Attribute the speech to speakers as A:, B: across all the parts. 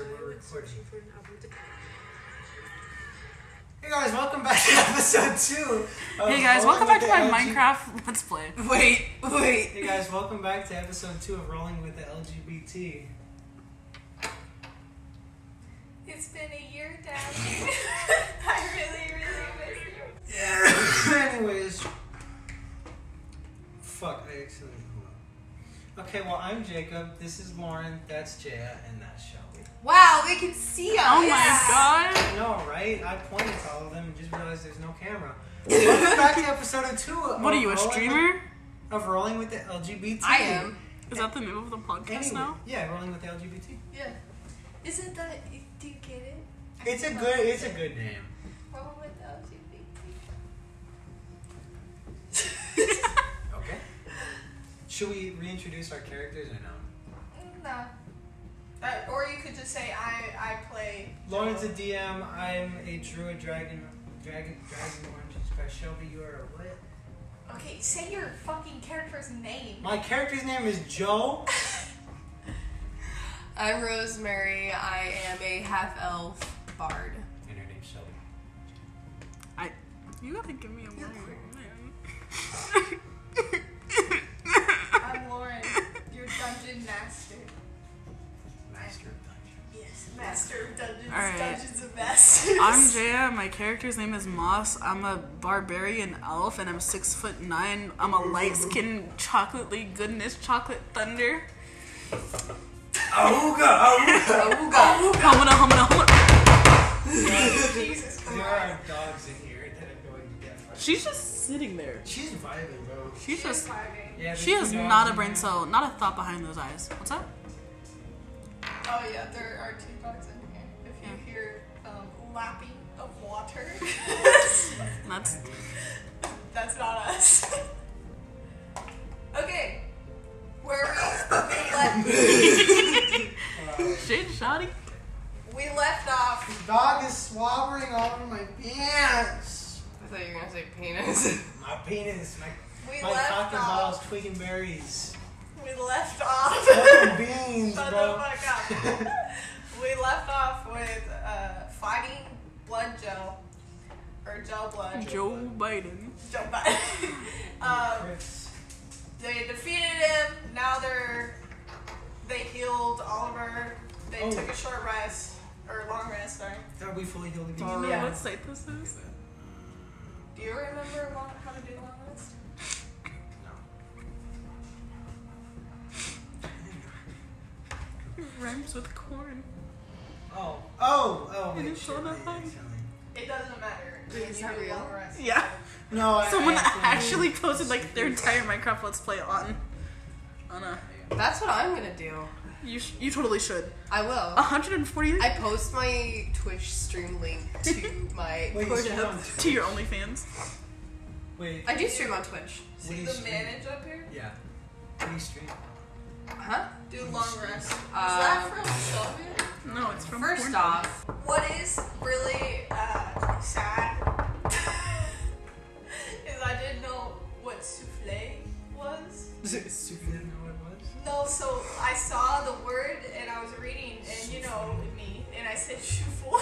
A: recording.
B: Searching for an album to
A: Hey guys, welcome back to episode two. of
C: Hey guys,
A: Rolling
C: welcome back to
A: with
C: my
A: the LG
C: Minecraft Let's Play.
D: Wait, wait.
A: Hey guys, welcome back to episode two of Rolling with the LGBT.
D: It's been a year, Dad. I really, really miss you.
A: Anyways, fuck. I accidentally. hold on. Okay, well I'm Jacob. This is Lauren. That's Jaya, and that's Shelby.
D: Wow, we can see us.
C: Oh my god.
A: I know, right? I pointed to all of them and just realized there's no camera. welcome back to episode two. Of
C: What are you, a
A: Rolling with-
C: streamer?
A: of Rolling with the LGBT.
D: I am.
C: Is that the name of the podcast
A: Anyway,
C: now?
A: yeah, Rolling with the LGBT.
D: Yeah. Isn't that? Do you get it?
A: It's a good. It's a good name.
D: Wrong with LGBT.
A: Okay. Should we reintroduce our characters or no?
D: No. Uh, or you could just say I I play.
A: Lauren's a DM. I'm a druid dragon. Dragon, dragon orange is by Shelby. You are a what?
D: Okay, say your fucking character's name.
A: My character's name is Joe.
E: I'm Rosemary. I am a half elf bard.
A: And her name's Shelby.
C: You gotta give me a word, man.
D: I'm Lauren, your dungeon master.
A: Master of Dungeons.
D: Yes, master of dungeons.
C: All right.
D: Dungeons of masters.
C: I'm Jaya. My character's name is Moss. I'm a barbarian elf, and I'm six foot nine. I'm a light skinned chocolatey goodness, chocolate thunder.
A: Auga,
E: Oh god.
C: Humana, humana, humana.
D: Oh, Jesus
A: There
D: Christ.
A: are dogs in here that are going to get fired.
C: She's just sitting there.
A: She's vibing, bro.
C: She's just.
D: vibing.
A: Yeah,
C: She
A: there's
C: is
A: two dogs
C: not a
A: in
C: brain
A: there.
C: cell, not a thought behind those eyes. What's up?
D: Oh yeah, there are two dogs in here. If you
C: Yeah.
D: hear um, lapping of water,
C: That's.
D: that's not us. okay, where we, we, left,
C: Shit, shoddy.
D: we left off.
A: The dog is slobbering all over my pants.
E: I thought you were gonna say penis.
A: My penis, my,
D: We
A: my cock
D: left
A: and balls,
D: off.
A: tweaking berries,
D: We left off.
A: fucking beans,
D: Shut
A: bro.
D: the fuck up. we left off with uh, fighting blood gel or gel blood.
C: Joe Biden.
D: Joe Biden.
C: Uh,
D: um,
A: Chris.
D: they defeated him. Now they're they healed Oliver. They
A: Oh.
D: took a short rest or long rest. Sorry.
A: Are we fully healed again?
C: Don't
D: Yeah.
C: know what site this is.
D: Do you remember long, how to do long rest?
C: It rhymes with corn.
A: Oh, oh, oh!
C: It
A: Wait,
C: is
A: shit,
C: so
A: wait,
C: not fun.
A: actually.
D: It doesn't matter.
E: Wait, is
D: You
E: that
D: do
E: real?
D: long rest.
C: Yeah.
A: No, I,
C: Someone
A: I
C: actually posted like their entire Minecraft Let's Play on. On a.
E: That's what I'm gonna do.
C: You, sh- you totally should.
E: I will.
C: 140
E: I post my Twitch stream link to my
A: Wait, you
E: Twitch.
A: stream on,
C: to your OnlyFans.
A: wait,
E: I do stream on Twitch.
A: What do
D: See
A: you
D: the
A: stream?
D: manage up here?
A: yeah. What do you stream?
E: Huh?
D: Do long rest. Is that
E: Uh,
D: from Sylvia?
C: No, it's from
E: First
C: porn.
E: off,
D: What is really uh, sad is I didn't know what souffle was.
A: Is it stupid? Didn't know what it was.
D: No, so I saw the word and I was reading, and you know me, and I said shuffle.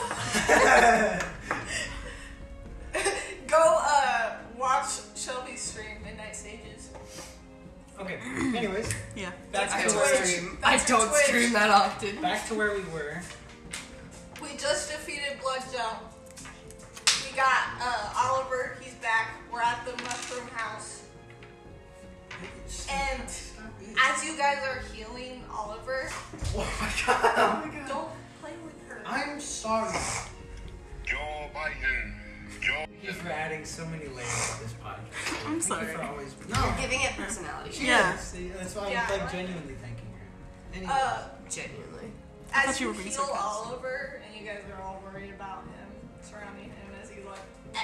D: Go uh, watch Shelby's stream Midnight Sages.
A: Okay. Anyways,
C: Yeah.
A: back to
D: That's
E: I don't
D: your
A: where
D: Twitch.
E: stream.
D: That's
E: I
D: your
E: don't
D: Twitch.
E: stream that often.
A: back to where we were.
D: We just defeated Blood Gel. We got uh, Oliver. He's back. We're at the mushroom house. And as you guys are healing Oliver,
A: Oh my god!
D: don't play with her.
A: I'm sorry.
F: Joe Biden. Joe.
A: Thank you for adding so many layers to this podcast.
C: I'm
A: Thank you
C: sorry.
A: for always no.
E: Giving it personality.
A: She
C: Yeah.
A: is. See, That's why I'm
D: Yeah.
A: like genuinely thanking her. Anyway.
D: Uh,
E: Genuinely.
C: I
D: as
C: thought you
D: you
C: were being
D: heal
C: sarcastic.
D: Oliver, and you guys are all worried about him, surrounding him as he's like, "Eh."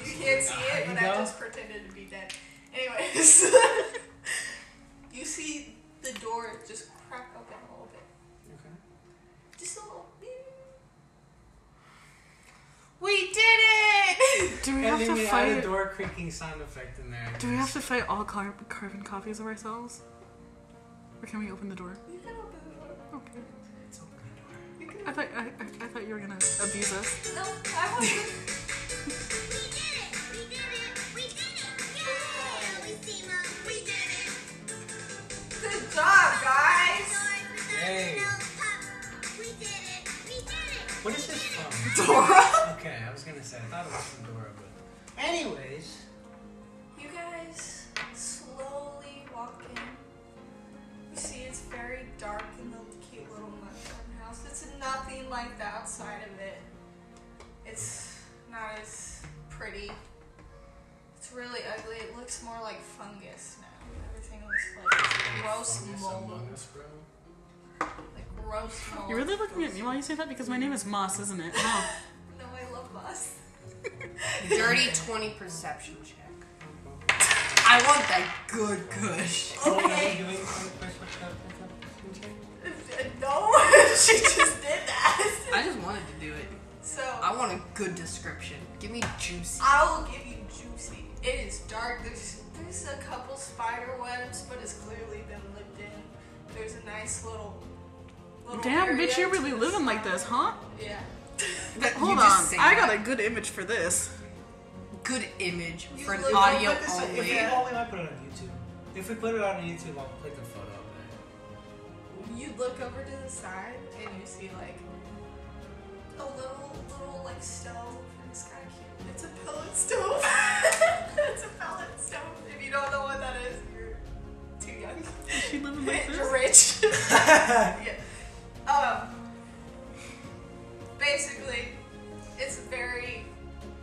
C: "Ah,
D: you can't see
A: There
D: it,
A: you
D: but I
A: go.
D: just pretended to be dead. Anyways, you see the door just crack open a little bit,
A: okay.
D: just a little. bit.
E: We did it!
C: Do we
A: And
C: have
A: then
C: to
A: we add a
C: fight?
A: door creaking sound effect in there.
C: Do we have to fight all car- carbon copies of ourselves? Or can we open the door?
D: You can open the door.
C: Okay.
A: It's open the door.
D: You can
C: I thought I, I, I thought you were gonna abuse us.
D: No, I wasn't. Good job, guys.
A: Hey. What is this from?
E: Dora?
A: Okay, I was gonna say, I thought it was from Dora, but. Anyways,
D: You guys slowly walk in. You see it's very dark in the cute little mushroom house. It's nothing like the outside of it. It's not as pretty. It's really ugly. It looks more like fungus now. Everything looks like gross
A: Fungus Among
D: mold.
A: Us, bro.
D: Like gross mold.
C: You're really looking at me while you say that because my name is Moss, isn't it? No.
D: No, I love us.
E: Dirty 20 perception check. I want that good gush.
A: Oh, are
D: Okay.
A: we doing perception check?
D: No, she just did that.
E: I just wanted to do it.
D: So
E: I want a good description. Give me juicy.
D: I will give you juicy. It is dark. There's there's a couple spider webs, but it's clearly been lived in. There's a nice little. little
C: Damn,
D: area
C: bitch, you're really
D: to the
C: living like
D: side.
C: this, huh?
D: Yeah.
E: That you
C: Hold on,
E: just say
C: I
E: that.
C: got a good image for this.
E: good image
D: You
E: for an
D: look-
E: audio
A: Put this- If
E: only.
A: we only might put it on YouTube. If we put it on YouTube, I'll put the photo up there.
D: You look over to the side and you see like a little little like stove. and It's kind of cute. It's a pellet stove. it's a pellet stove. If you don't know what that is, you're too young.
C: She living like
D: You're
C: this.
D: rich. yeah. Um. Basically, it's a very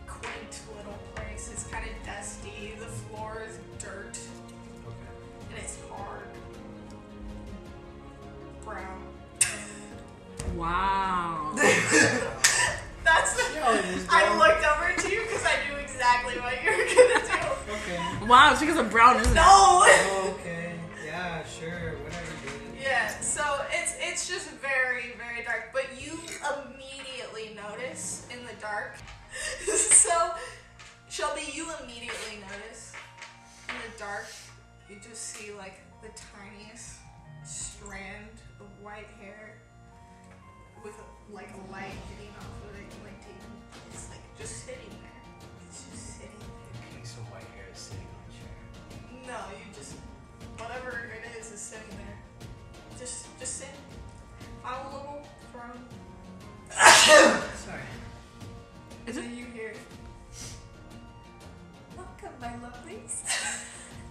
D: quaint little place. It's kind of dusty. The floor is dirt,
A: Okay.
D: and it's hard. Brown.
C: Wow.
D: That's the.
A: Yeah, oh, it is
D: I
A: brown.
D: looked over to you because I knew exactly what you were gonna do.
A: Okay. Oh,
C: Wow, it's because I'm brown, isn't it?
D: No.
A: Okay. Yeah, sure. Whatever, dude.
D: Yeah, so it's it's just very very dark, but you immediately notice in the dark. so, Shelby, you immediately notice in the dark. You just see like the tiniest strand of white hair with like a light getting off of it, like taking it's like just sitting there. It's just sitting
A: A
D: there.
A: piece of white hair is sitting on a chair.
D: No, you just whatever it is is sitting there. Just just sit on a little throne.
A: Sorry.
C: Is it?
D: And you hear Welcome my lovelies.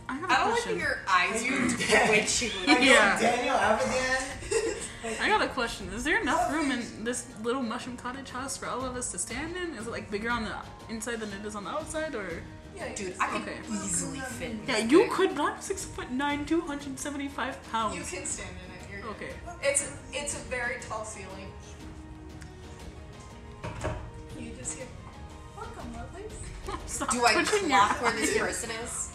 C: I got a
E: I don't like
C: question.
E: that your eyes
A: You-
E: are twitching.
C: Yeah.
A: Daniel Abadan.
C: I got a question. Is there enough room in this little mushroom cottage house for all of us to stand in? Is it like bigger on the inside than it is on the outside, or?
D: yeah, you
E: Dude,
D: just-
E: I could
C: Okay.
E: easily fit. in
C: Yeah,
E: this
C: you
E: thing.
C: could. But I'm six foot nine, two hundred seventy-five pounds.
D: you can stand in it. You're good.
C: Okay.
D: It's it's a very tall ceiling. You just hear Welcome lovelies.
C: Stop
E: Do I
C: twitching your
E: clock where this
C: eyes.
E: person is?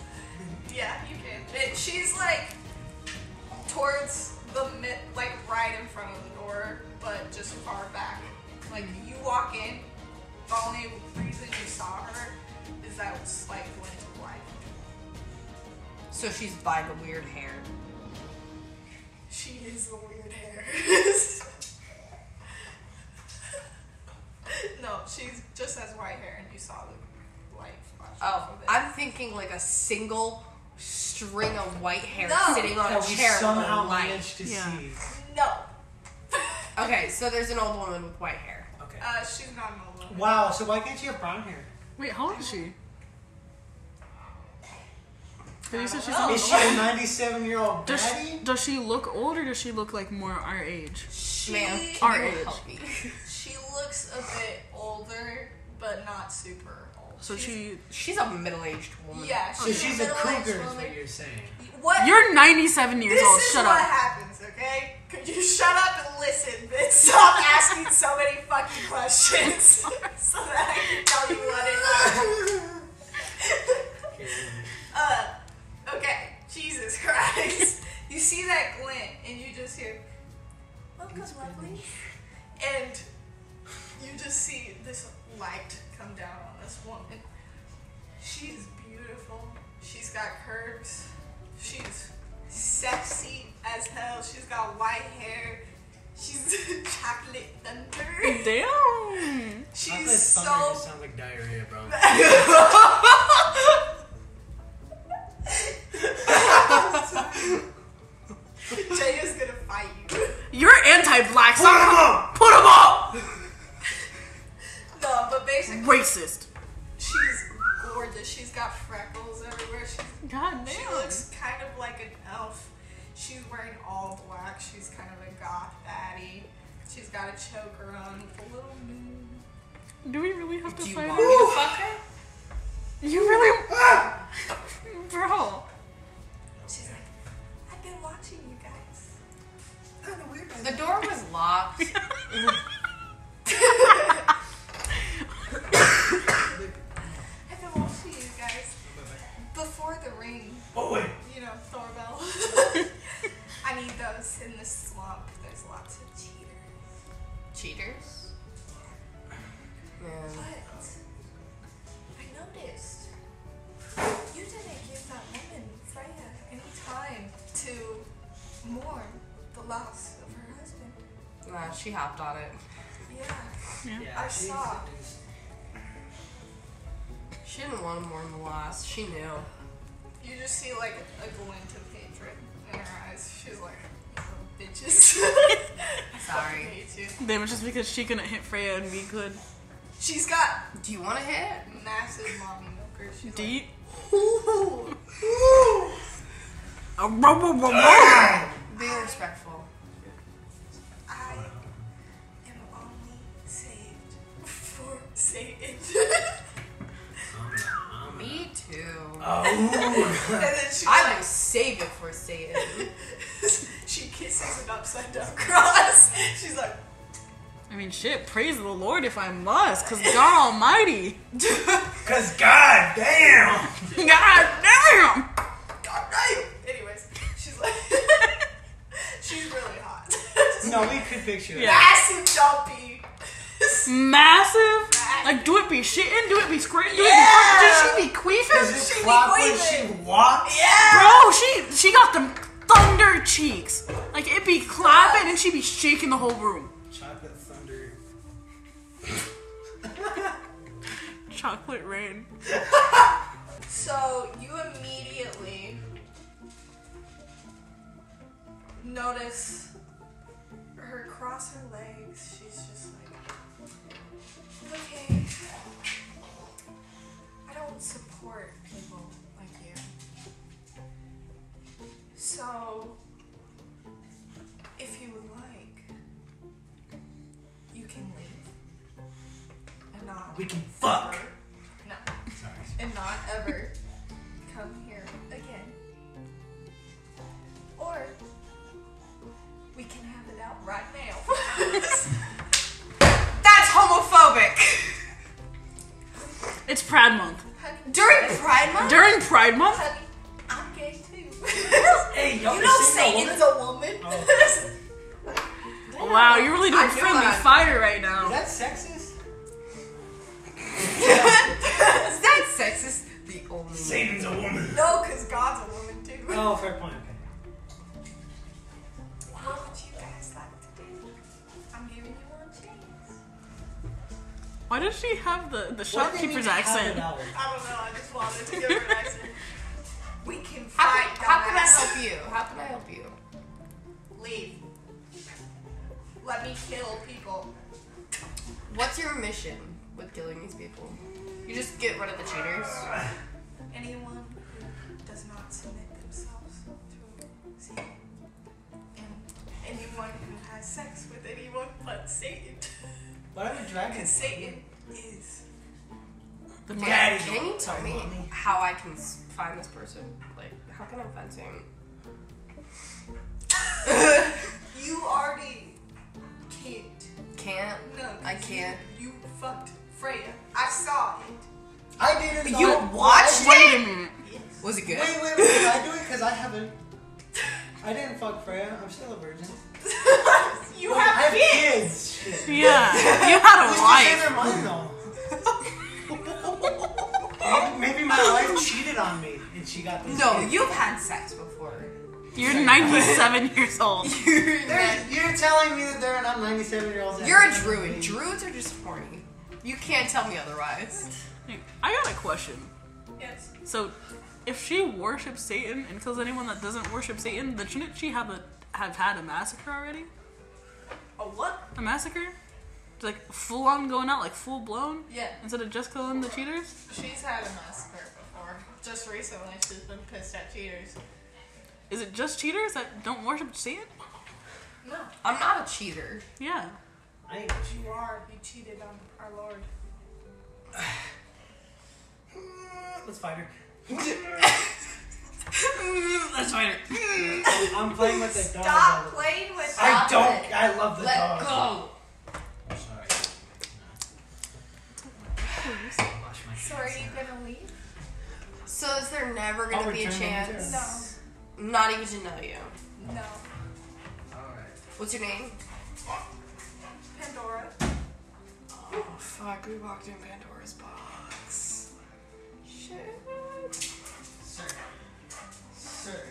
D: Yeah, you can. And she's like towards the mid, like right in front of the door, but just far back. Like you walk in, the only reason you saw her is that it was like went to life.
E: So she's by the weird hair.
D: She is the weird hair. no, she's just has white hair, and you saw the light flash. off
E: Oh,
D: of it.
E: I'm thinking like a single string of white hair
D: No.
E: sitting on a
A: we
E: chair. with
A: somehow
E: a light.
A: managed to
C: Yeah.
A: see.
D: no.
E: Okay, so there's an old woman with white hair.
A: Okay.
D: Uh, she's not an old woman.
A: wow. So why can't you have brown hair?
C: Wait, how old is she? Did you say she's
D: know.
C: old?
A: Is she a 97 year old
C: Does
A: daddy?
C: she, does she look old or does she look like more our age?
D: She
E: Ma'am,
C: Our
E: can you
C: age.
E: help me?
D: She looks a bit older, but not super old.
C: So she.
E: She's a middle-aged woman.
D: Yeah,
A: So
D: she's,
A: she's
D: a
A: a
D: middle-aged
A: cougar, is
D: woman.
A: what you're saying.
D: What?
C: You're 97 years
D: this
C: old.
D: is
C: Shut
D: what
C: up.
D: happens, okay? Could you shut up and listen? But stop asking so many fucking questions so that I can tell you what it is. uh, okay, Jesus Christ. you see that glint, and you just hear, Welcome, lovely. And you just see this light come down on this woman. She's beautiful. She's got curves. She's sexy as hell. She's got white hair. She's a chocolate thunder.
C: Damn.
A: Chocolate
D: She's
A: thunder
D: so
A: just sounds like diarrhea, bro.
D: Jay is gonna fight you.
C: You're anti-black. Put
A: him up!
C: Put him up.
D: No, but basically
C: Racist.
D: she's gorgeous. She's got freckles everywhere. She's,
C: God
D: she looks kind of like an elf. She's wearing all black. She's kind of a goth baddie. She's got a choker on with a little moon.
C: Do we really have to
E: Do you
C: fight?
E: want
C: over-
E: me to fuck her?
C: You really,
D: Ah!
C: bro.
D: She's like, I've been watching you guys.
A: Kinda weird.
E: The door was locked.
D: I've been watching you guys before the ring.
A: Oh wait.
D: You know, Thorbell. I need those in the swamp. There's lots of cheaters.
E: Cheaters.
D: But I noticed you didn't give that woman, Freya, any time to mourn the loss of her husband.
E: Nah, she hopped on it.
D: Yeah.
A: Yeah,
D: I
A: she's
D: saw.
E: She didn't want to mourn the loss. She knew.
D: You just see like a glint of hatred in her eyes. She's like, "You little bitches. I
E: Sorry.
D: hate you.
C: Damn, it's just because she couldn't hit Freya and we could.
D: She's got
E: Do you want to hit?
D: massive mommy milkers. She's
C: Do
D: like,
C: you?
D: ooh, ooh.
C: Uh, bro, bro, bro, bro.
E: Be respectful.
D: I am only saved for Satan.
E: Me too.
A: Oh.
D: and then she
E: I will save it for Satan.
D: she kisses an upside down cross. She's like,
C: I mean, shit. Praise the Lord if I must, cause God Almighty.
A: Cause god damn.
C: God damn.
D: God damn. Anyways, she's like, she's really hot.
A: No, we could picture it.
C: Yeah.
D: Massive dumpy.
C: Massive. Like, do it be shitting? Do it be squirting? Do
D: Yeah.
C: it be? fucking- Did she be
A: Does
C: queefing?
A: it
D: She be
A: flop when she
D: queefing.
A: walks?
D: yeah.
C: Bro, Oh, she she got them thunder cheeks. Like it be clapping and she be shaking the whole room.
A: Chocolate thunder.
C: Chocolate rain.
D: So you immediately notice her cross her legs. She's just like, okay, I don't support people like you. So, if you would like, you can leave. And not
A: We can fuck.
D: ever- No
A: Sorry.
D: and not ever come here again. Or we can have it out right now.
E: That's homophobic.
C: It's Pride Month.
D: honey,
E: During Pride Month?
C: During Pride Month,
D: honey, I'm gay too.
A: Hey, y'all
D: you
A: been
D: know
A: seeing that
D: Satan's a woman.
E: Oh.
C: wow, you're really
E: I
C: doing
E: knew
C: friendly
E: that.
C: fire right
A: Is
C: now.
A: that sexist?
E: Is that sexist? The only.
A: Satan's a woman.
D: no, because God's a woman too.
A: Oh, fair point. Okay.
D: What would you guys like to do? I'm giving you one chance.
C: Why does she have the, the
A: What do they mean
C: shopkeeper's
A: half an
C: accent?
A: hour?
D: I don't know. I just wanted to give her an answer. We can
E: How,
D: fight.
E: can- how can I
D: guys.
E: help you? How can I help you?
D: Leave. Let me kill people.
E: What's your mission with killing these people? You just get rid of the cheaters.
D: Anyone who does not submit themselves to Satan. And anyone who has sex with anyone but Satan.
A: Why are the
D: And
A: dragons?
D: Satan is.
C: The
E: Can
A: Daddy.
E: can you tell me
A: Mommy.
E: how I can s- find this person? Like, how can I find him?
D: You already can't.
E: Can't.
D: No.
E: I can't.
D: You, you fucked Freya. I saw it.
A: I did it.
E: You
A: on-
E: watched
A: I-
C: Wait a minute.
D: Yes.
E: Was it good?
A: Wait, wait, wait. Did I do it because I haven't. I didn't fuck Freya. I'm still a virgin.
D: You
A: I
D: have
A: have
D: kids.
A: kids. Shit.
C: Yeah, you had a
A: What's
C: life.
A: the mine though? Maybe my wife cheated on me and she got this.
E: No,
A: kid.
E: you've had sex before.
C: You're 97 years old.
E: You're,
A: There's- You're telling me that there are not 97 year olds.
E: you're a druid. Druids are just horny. You can't tell me otherwise.
C: I got a question.
D: Yes.
C: So, if she worships Satan and kills anyone that doesn't worship Satan, then shouldn't she have a have had a massacre already?
D: A what?
C: A massacre? Like full on going out, like full blown,
D: Yeah.
C: instead of just killing the cheaters?
D: She's had a massacre before. Just recently, she's been pissed at cheaters.
C: Is it just cheaters that don't worship Satan?
D: No.
E: I'm not a cheater.
C: Yeah.
A: I,
D: You are. You cheated on our Lord.
A: let's fight her.
C: That's right.
A: I'm playing with the dog.
D: Stop playing with
A: I
D: that.
A: don't. I love the
E: Let
A: dog.
E: go.
A: I'm sorry. Wash my
D: So are
A: hands.
D: you gonna leave?
E: So is there never
A: I'll
E: gonna be a
A: return when I
E: chance?
D: No.
E: Not even to know you.
D: No.
A: Alright.
E: What's your name?
D: Pandora.
E: Oh fuck, we walked in Pandora's box. Shit.
A: Sir. Sir.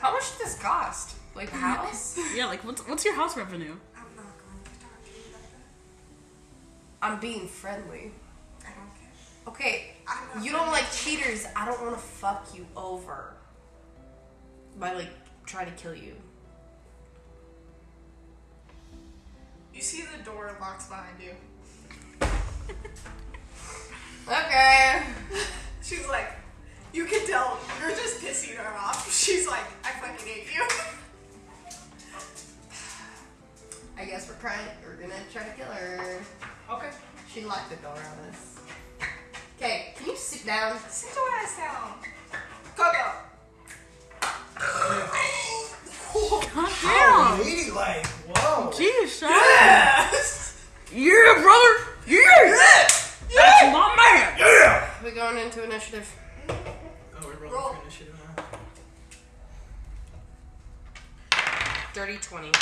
E: How much did this cost? Like the house?
C: Yeah, like what's what's your house revenue?
D: I'm not going to talk to you about that.
E: I'm being friendly.
D: I don't care.
E: Okay,
D: I'm not
E: you don't like cheaters. I don't want to fuck you over by like trying to kill you.
D: You see the door locks behind you.
E: Okay.
D: She's like, you can tell you're just pissing her off. She's like, I fucking hate you.
E: I guess we're trying. We're gonna try to kill her.
A: Okay.
E: She locked the door on us. Okay, can you sit down?
D: Sit your ass down. Coco.
C: God
A: Oh,
C: damn!
A: lady like, whoa. Oh,
C: Jeez, Sean.
D: Yes.
C: Yeah, brother. Yeah. That's my man.
E: We're going into initiative.
A: Oh, we're rolling
D: Roll.
A: for initiative now.
E: Dirty 20.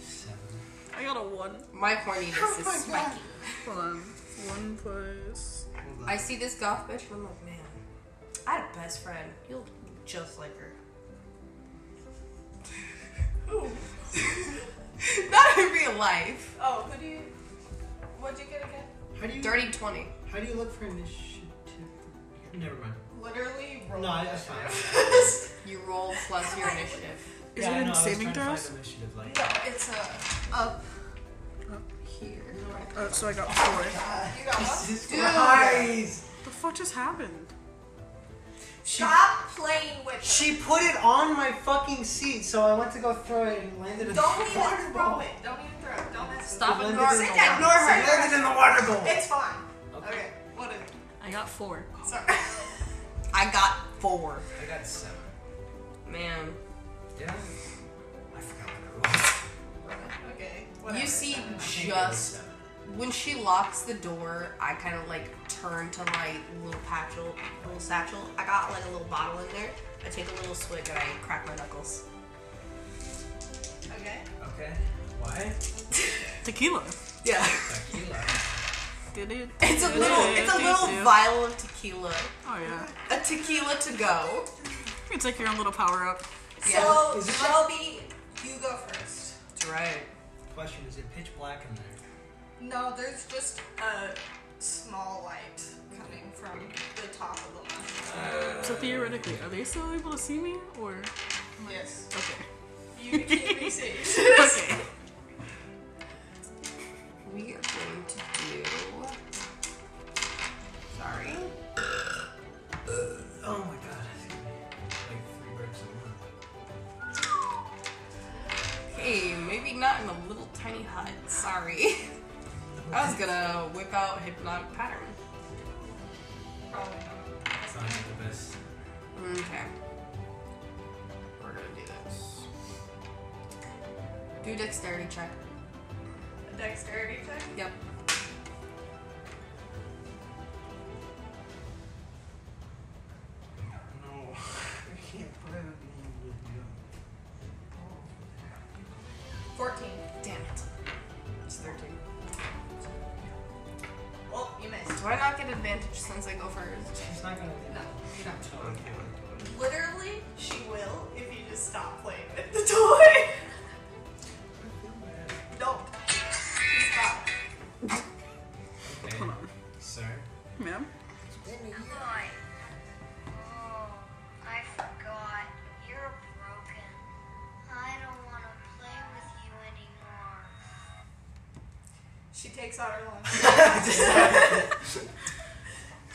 A: Seven.
C: I got a one.
E: Oh My horniness is spiky.
C: Hold on. One plus.
A: Hold on.
E: I see this goth bitch and I'm like, man, I had a best friend. You look just like her. Not in real life.
D: Oh, who do you? What'd you get again?
A: how do you
E: Dirty 20.
A: how do you look for initiative? Never mind.
D: Literally roll.
A: No, that's fine.
E: You roll plus your initiative.
C: Is it
A: I
C: in
A: know, I was
C: saving
A: trying to find
C: throws?
A: Initiative, like.
D: No, it's a up.
E: Here.
C: Uh, so I got four.
D: You got what?
A: Jesus Christ!
C: The fuck just happened?
A: She,
D: Stop playing with. Her.
A: she put it on my fucking seat, so I went to go throw it and it landed in
D: Don't
A: the
D: even
A: water
D: throw
A: bowl.
D: it. Don't even throw it. Don't mess with
E: Stop
A: Linda
E: ignoring
A: didn't
E: the
D: know.
E: ignore
A: It
E: her.
A: landed in the water bowl.
D: it. It's fine.
A: Okay.
D: Okay. Whatever.
C: I got four.
D: Sorry.
E: I got four.
A: I got seven.
E: Man.
A: Yeah. I forgot what I was.
D: okay. Whatever.
E: You
A: I
E: see
A: think it was
E: just
A: seven.
E: when she locks the door, I kind of like turn to my little patchel, little satchel. I got like a little bottle in there. I take a little swig and I crack my knuckles.
D: Okay.
A: Okay. Why?
C: Tequila.
E: Yeah.
A: Tequila.
C: Did it?
E: It's a little, it's a little vial of tequila.
C: Oh yeah.
E: A tequila to go.
C: It's like your own little power up.
E: Yeah.
D: So
A: Is it-
D: Shelby, you go first.
E: That's right.
A: Question: Is it pitch black in there?
D: No, there's just a small light coming from the top of the lamp.
C: So theoretically, are they still able to see me or?
D: Yes.
C: Okay.
D: You can't be safe.
C: Okay.
E: We are going to do. Sorry.
A: Oh my god! it's gonna be Like three bricks in one.
E: Hey, maybe not in a little tiny hut. Sorry. I was gonna whip out hypnotic pattern.
D: Probably not.
A: It's not the best.
E: Okay. We're gonna do this. Do dexterity check.
D: A dexterity check?
E: Yep.
A: No, I can't put it in
D: 14.
E: Damn it. It's 13.
D: Well, you missed.
E: Do I not get advantage since I go first?
A: She's not gonna.
D: No, you don't.
A: Okay.
D: Literally, she will if you just stop playing with the toy. Don't. Stop.
A: Okay.
C: Hold on.
A: Sir?
C: Ma'am?
B: Clyde. Oh, I forgot. You're broken. I don't want to play with you anymore.
D: She takes out her longsword.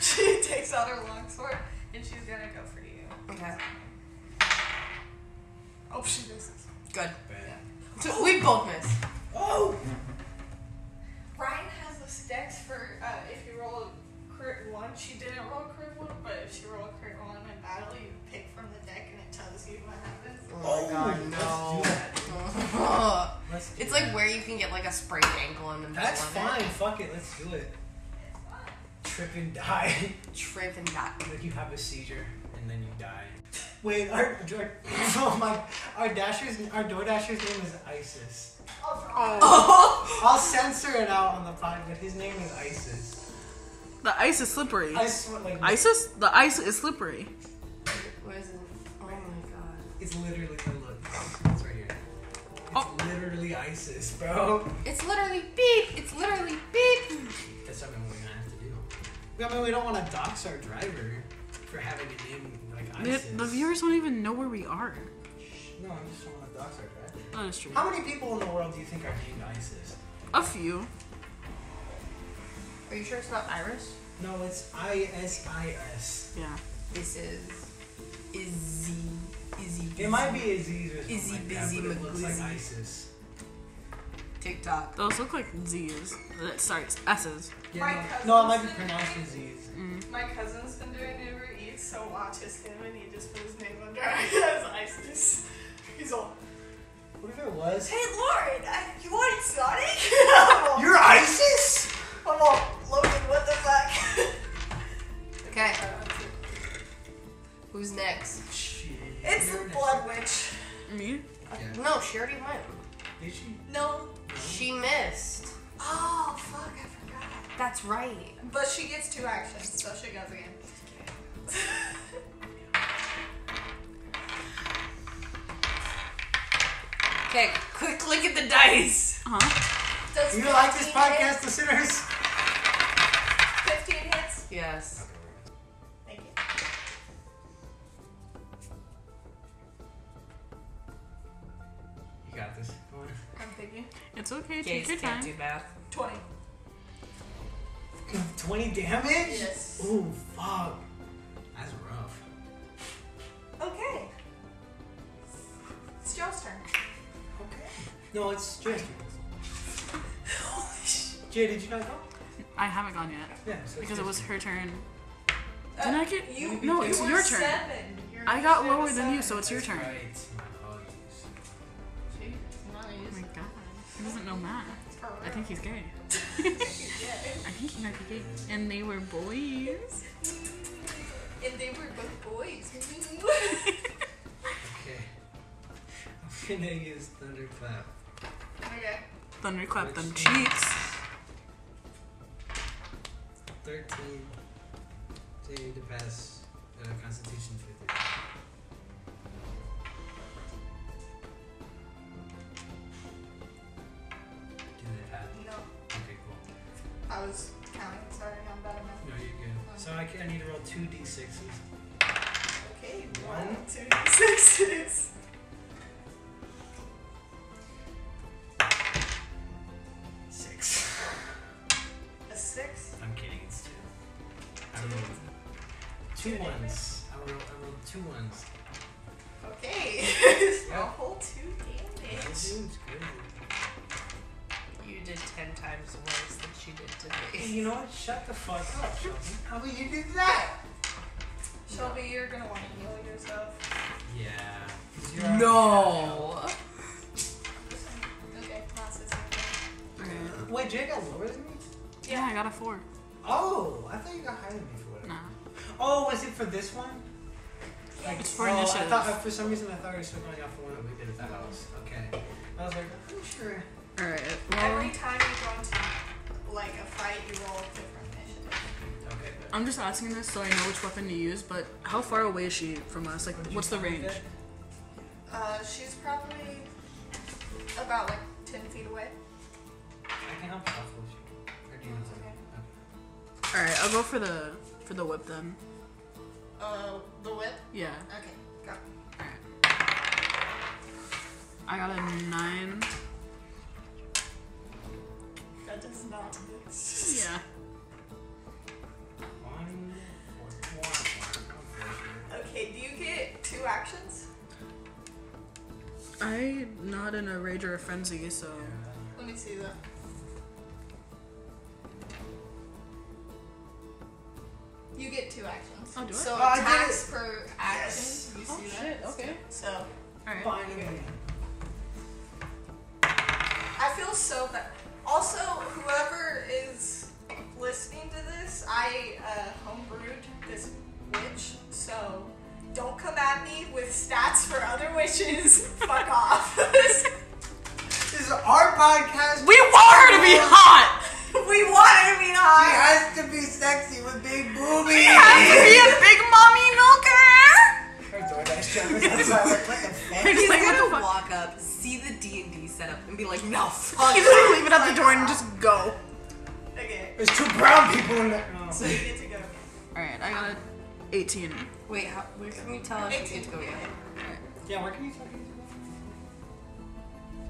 D: she takes out her longsword and she's gonna go for you.
E: Okay.
D: Oh, she misses.
E: Good.
A: Bad.
E: So we both missed.
D: Oh! Ryan has those decks for uh, if you roll a crit one. She didn't roll a crit one, but if she rolled a crit one in battle, you pick from the deck and it tells you what happens.
E: Oh,
A: Oh,
E: my god,
A: let's do that.
E: no.
A: Let's do
E: it's
A: that.
E: like where you can get like a sprained ankle and then
A: That's
E: just love
A: fine.
E: it.
A: Fuck it. Let's do it.
D: It's fun.
A: Trip and die.
E: Trip and got
A: like you have a seizure and then you die. Wait, our, our oh my, our dasher's our door dasher's name is Isis.
E: Oh
A: I'll censor it out on the pod, but his name is Isis.
C: The ice is slippery.
A: I swear, like
C: ISIS? The ice is slippery.
E: What is it? Oh my god.
A: It's literally the look. It's right here. It's
C: Oh.
A: literally Isis, bro.
E: It's literally beep. It's literally beep.
A: That's something we're gonna have to do. I mean, we don't want to dox our driver for having a name like
C: The,
A: Isis.
C: the viewers don't even know where we are.
A: No, I just don't want to dox our driver.
C: That is true.
A: How many people in the world do you think are named Isis?
C: A few.
E: Are you sure it's not Iris?
A: No, it's I S I S.
C: Yeah.
E: This is Izzy. Izzy.
A: It might be Aziz or something
E: Izzy
A: like that,
E: Busy
A: but it looks like
E: McGlizzy.
A: ISIS.
E: TikTok.
C: Those look like Z's. Uh, Sorry, S's.
D: My
A: Yeah,
D: cousin's
A: no, no, it might be
D: the-
A: pronounced Aziz.
D: My cousin's been doing Uber Eats, so watch his him and he just put his name under as ISIS. He's all,
A: What if it was?
D: Hey Lauren, I, you want exotic? I'm all,
A: You're ISIS?
D: I'm all, Logan, what the fuck?
E: Okay. Who's next?
A: Shit.
D: it's the
A: You're an
D: Blood Witch.
C: Me?
A: ISIS.
E: No, she already went.
A: Yeah. Did she?
D: No.
E: She missed.
D: Oh, fuck, I forgot.
E: That's right.
D: But she gets two actions, so she goes again.
E: Okay, quick look at the dice.
C: Huh?
D: Does
A: Do you like this
D: 15
A: podcast, listeners?
D: Hits? 15 hits?
E: Yes.
D: Thank you.
A: You got this.
D: I'm thinking.
C: It's okay. Take
E: Gays
C: your
E: can't
C: time.
E: do math.
D: 20.
A: 20 damage?
D: Yes.
A: Ooh, fuck. That's rough.
D: Okay. It's Joe's turn.
A: Okay. No, it's Jay. Jay, did you not go?
C: I haven't gone yet
A: Yeah, so it's
C: because it
A: Jay's
C: was
A: turn.
C: her turn. Didn't I get-
D: Uh, you?
C: no,
D: you
C: it's
D: were
C: your turn.
D: Seven. You're-
C: I got
D: you're
C: lower than you,
D: seven.
C: so it's your
A: That's
C: turn.
A: Right. My apologies.
C: Oh my god. He doesn't know math. I think he's gay. I think he might be gay. And they were boys.
D: And they were both boys.
A: Okay. I'm gonna use Thunderclap.
D: okay.
C: Thunderclap them
A: Which-
C: cheeks.
A: 13. So you need to pass uh, Constitution 50. Did it happen?
D: No,
A: Okay, cool.
D: I was counting. Sorry, I'm bad enough.
A: No, you're good. So I, can, I need to roll two d6s.
D: Okay,
A: One.
D: one, two, sixes.
A: Six.
D: A six.
A: I'm kidding, it's two. I rolled two ones. I rolled, I rolled two ones.
D: Okay.
A: Yeah.
D: a whole two damage.
A: Seems good.
E: You did ten times worse than she did
A: Hey,
E: today.
A: you know what? Shut the fuck up, Shelby. How about you do that?
D: Shelby, you're gonna want to heal yourself.
A: Yeah. 'cause you're already
E: No.
D: Okay, Moss is
A: Wait, Jay got lower than me?
C: Yeah, I got a four.
A: Oh, I thought you got higher than me for whatever.
C: Nah.
A: Oh, was it for this one? Like,
C: It's for
A: oh, I
C: initiative.
A: thought, for some reason, I thought we were still going off the one that we did at the house. Okay. I was like, I'm sure.
C: Alright.
D: Every
C: Well,
D: time you go into like a fight, you roll a different initiative.
A: Okay.
C: I'm just asking this so I know which weapon to use, but how far away is she from us? Like, what's the range?
D: Uh, she's probably about like 10 feet away.
A: I can help you out if you- or do you want to-
D: Okay.
A: okay.
C: All right, I'll go for the for the whip then.
D: Uh, the whip?
C: Yeah.
D: Okay, go.
C: I got a nine.
D: That does not
C: Yeah.
A: One, four, one,
D: Okay, do you get two actions?
C: I not in a rage or a frenzy, so
D: Let me see that. You get two actions.
C: Oh, do I? Oh,
D: So
E: Oh, I did
D: attacks per action. You see that?
C: Okay.
D: So
C: All right.
A: four. Finally.
D: I feel so bad. Also, whoever is listening to this, I uh, homebrewed this witch, so don't come at me with stats for other witches. Fuck off.
A: This is our podcast.
C: We want her to be hot.
D: we wanted to be
A: She
D: hot.
A: has to be sexy with big boobies.
C: Has to be a big mommy milker.
A: Her DoorDash driver's outside, like, what the fuck?
C: He's
E: He's
C: like,
E: gonna
C: what the fuck?
E: walk up, see the D and D setup, and be like, "No, fuck."
C: He's gonna leave it at the door and just go.
D: Okay,
A: There's two brown people in there.
D: so you get to go. again.
C: All right, I got a 18.
E: Wait, how, where can we tell if she to go yet?
A: Yeah, where can you fucking do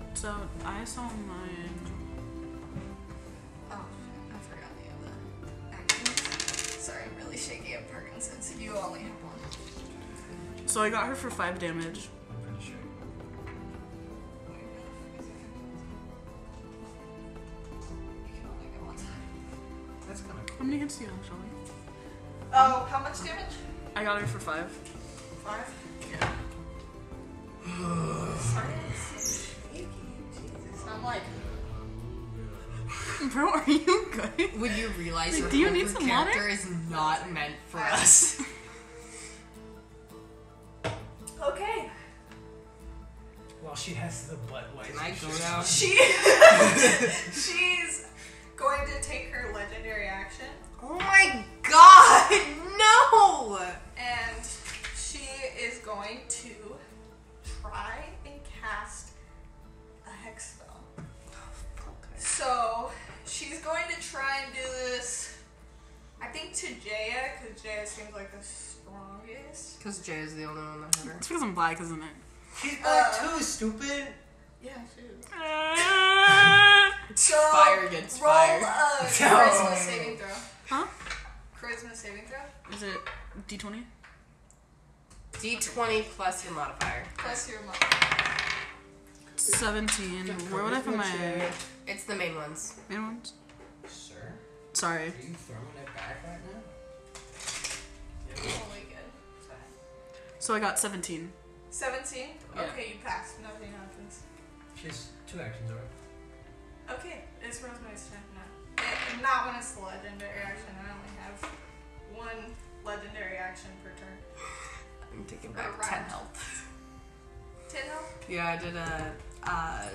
A: that?
C: So I saw mine.
E: Oh, I forgot the other.
D: Actions. Sorry, I'm really shaky at Parkinson's. You only have one.
C: So I got her for five damage.
A: I'm pretty sure. That's kind of
C: How many hits do you have, Shelly?
D: Oh, how much damage?
C: I got her for five.
D: Five.
C: Yeah.
D: Sorry, it's so shaky. Jesus, I'm like.
C: Bro, are you good?
E: Would you realize your
C: do you
E: whole
C: need some
E: character
C: water?
E: is not meant for us?
D: Okay.
A: Well, she has the butt wipe.
E: Can I go now?
D: She she's going to take her legendary action
E: Oh my god, no!
D: and she is going to try and cast a hex spell. So she's going to try and do this I think to Jaya, because Jaya seems like the strongest.
E: Because Jay is the only one that hit her.
C: It's because I'm black, isn't it?
A: She's black too, stupid.
D: Yeah, she is.
C: Uh,
D: So
E: Fire gets
D: roll
E: fire.
D: a
A: No.
D: charisma saving throw.
C: Huh?
D: Charisma saving throw?
C: Is it D20?
E: D20 plus your modifier.
D: Plus your mod.
C: 17. Where would I put my
E: It's the main ones.
C: main ones?
A: Sir,
C: Sorry.
A: are you throwing it back right now?
D: Holy good. Sorry.
C: So I got 17.
D: 17?
C: Yeah.
D: Okay, you passed. Nothing happens.
A: She has two actions, alright?
D: Okay, it's Rosemary's turn now. Eh, not when it's the legendary action. I only have one legendary action per turn.
E: I'm taking
D: back
E: back
D: Alright.
E: 10
D: 10
E: health.
D: 10 health?
E: Yeah, I did a uh,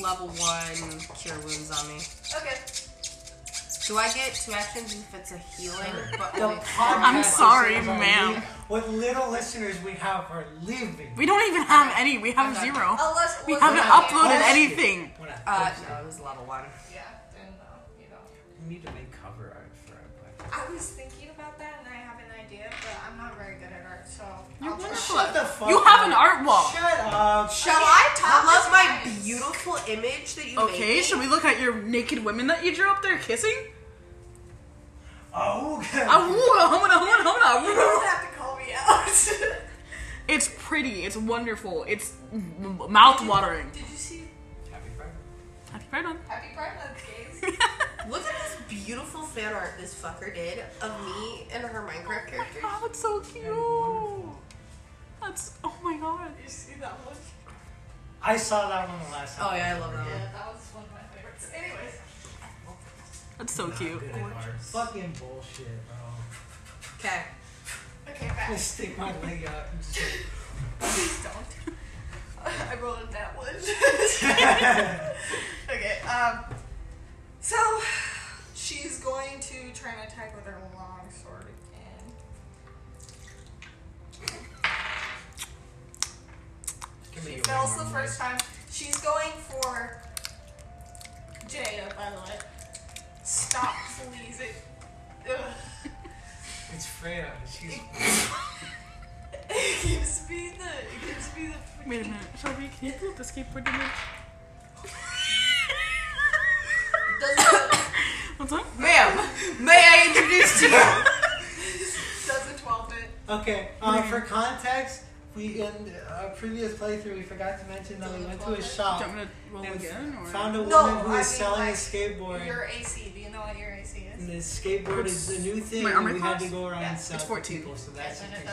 E: level 1 cure wounds on me.
D: Okay.
E: Do I get two actions if it's a healing? But
A: The
E: wait,
A: podcast
C: I'm sorry,
A: listeners are
C: ma'am.
A: leaving. What little listeners we have are leaving.
C: We don't even have any. We have
E: Okay.
C: zero.
D: Unless.
C: We
D: unless-
C: haven't
D: okay.
C: uploaded
A: Oh, shit.
C: anything.
A: When I-
E: Uh, no, it was level 1.
D: Yeah, then no, you know.
A: We need to make cover art for our podcast.
D: I was thinking about that and I have an idea, but I'm not very good at art, so.
C: You're
D: I'll try.
C: wonderful.
A: Oh, Shut the fuck
C: You have an
A: up.
C: art wall.
A: Shut up.
E: Shall
D: Okay,
E: I
D: top
E: I love
D: is
E: my
D: mine.
E: beautiful image that you made?
C: Okay,
E: me?
C: should we look at your naked women that you drew up there kissing?
A: Oh,
C: Ah, woo, humana, humana, humana,
D: You
C: woo.
D: don't have to call me out.
C: It's pretty. It's wonderful. It's mouth watering.
D: Did you see
A: Happy Friday.
C: Happy Pride Month.
D: Happy Pride Month, guys?
E: Look at this beautiful fan art this fucker did of me and her Minecraft character.
C: Oh, it's so cute. That's oh my god.
D: Did you see that one?
A: I saw that one the last time.
E: Oh yeah, I love that one.
D: Yeah, that was one of my favorites. Anyways.
C: That's so cute.
A: Good at art. Fucking bullshit, bro.
E: Okay.
D: Okay,
A: I
D: back.
A: stick my leg out and just like,
D: Please don't. I rolled that one. okay, um. So, she's going to try and attack with her long sword again.
A: Give me
D: She
A: your
D: fails
A: one
D: the
A: more.
D: first time. She's going for Jada, by the way. Stop, please. It, ugh.
A: It's Freya. She's
D: it gives me the. It gives me the.
C: Wait a minute, Shelby, can you pull up the skateboard image? What's up?
E: Ma'am, may I introduce to you?
D: Does a 12 bit.
A: okay. Uh, for context, we in our previous playthrough we forgot to mention that we went to a
C: Do
A: shop
C: you want me to roll
A: and
C: again? Or?
A: found a woman
D: No,
A: who
D: I
A: was
D: mean,
A: selling a
D: like,
A: skateboard.
D: Your AC. Do you know what your AC is?
A: And the skateboard is a new thing.
C: My
A: and
C: armor
A: we had to
C: class?
A: go around
D: Yeah,
A: and sell
C: it's
A: to
C: 14.
A: people, so that's
D: Yeah,
A: the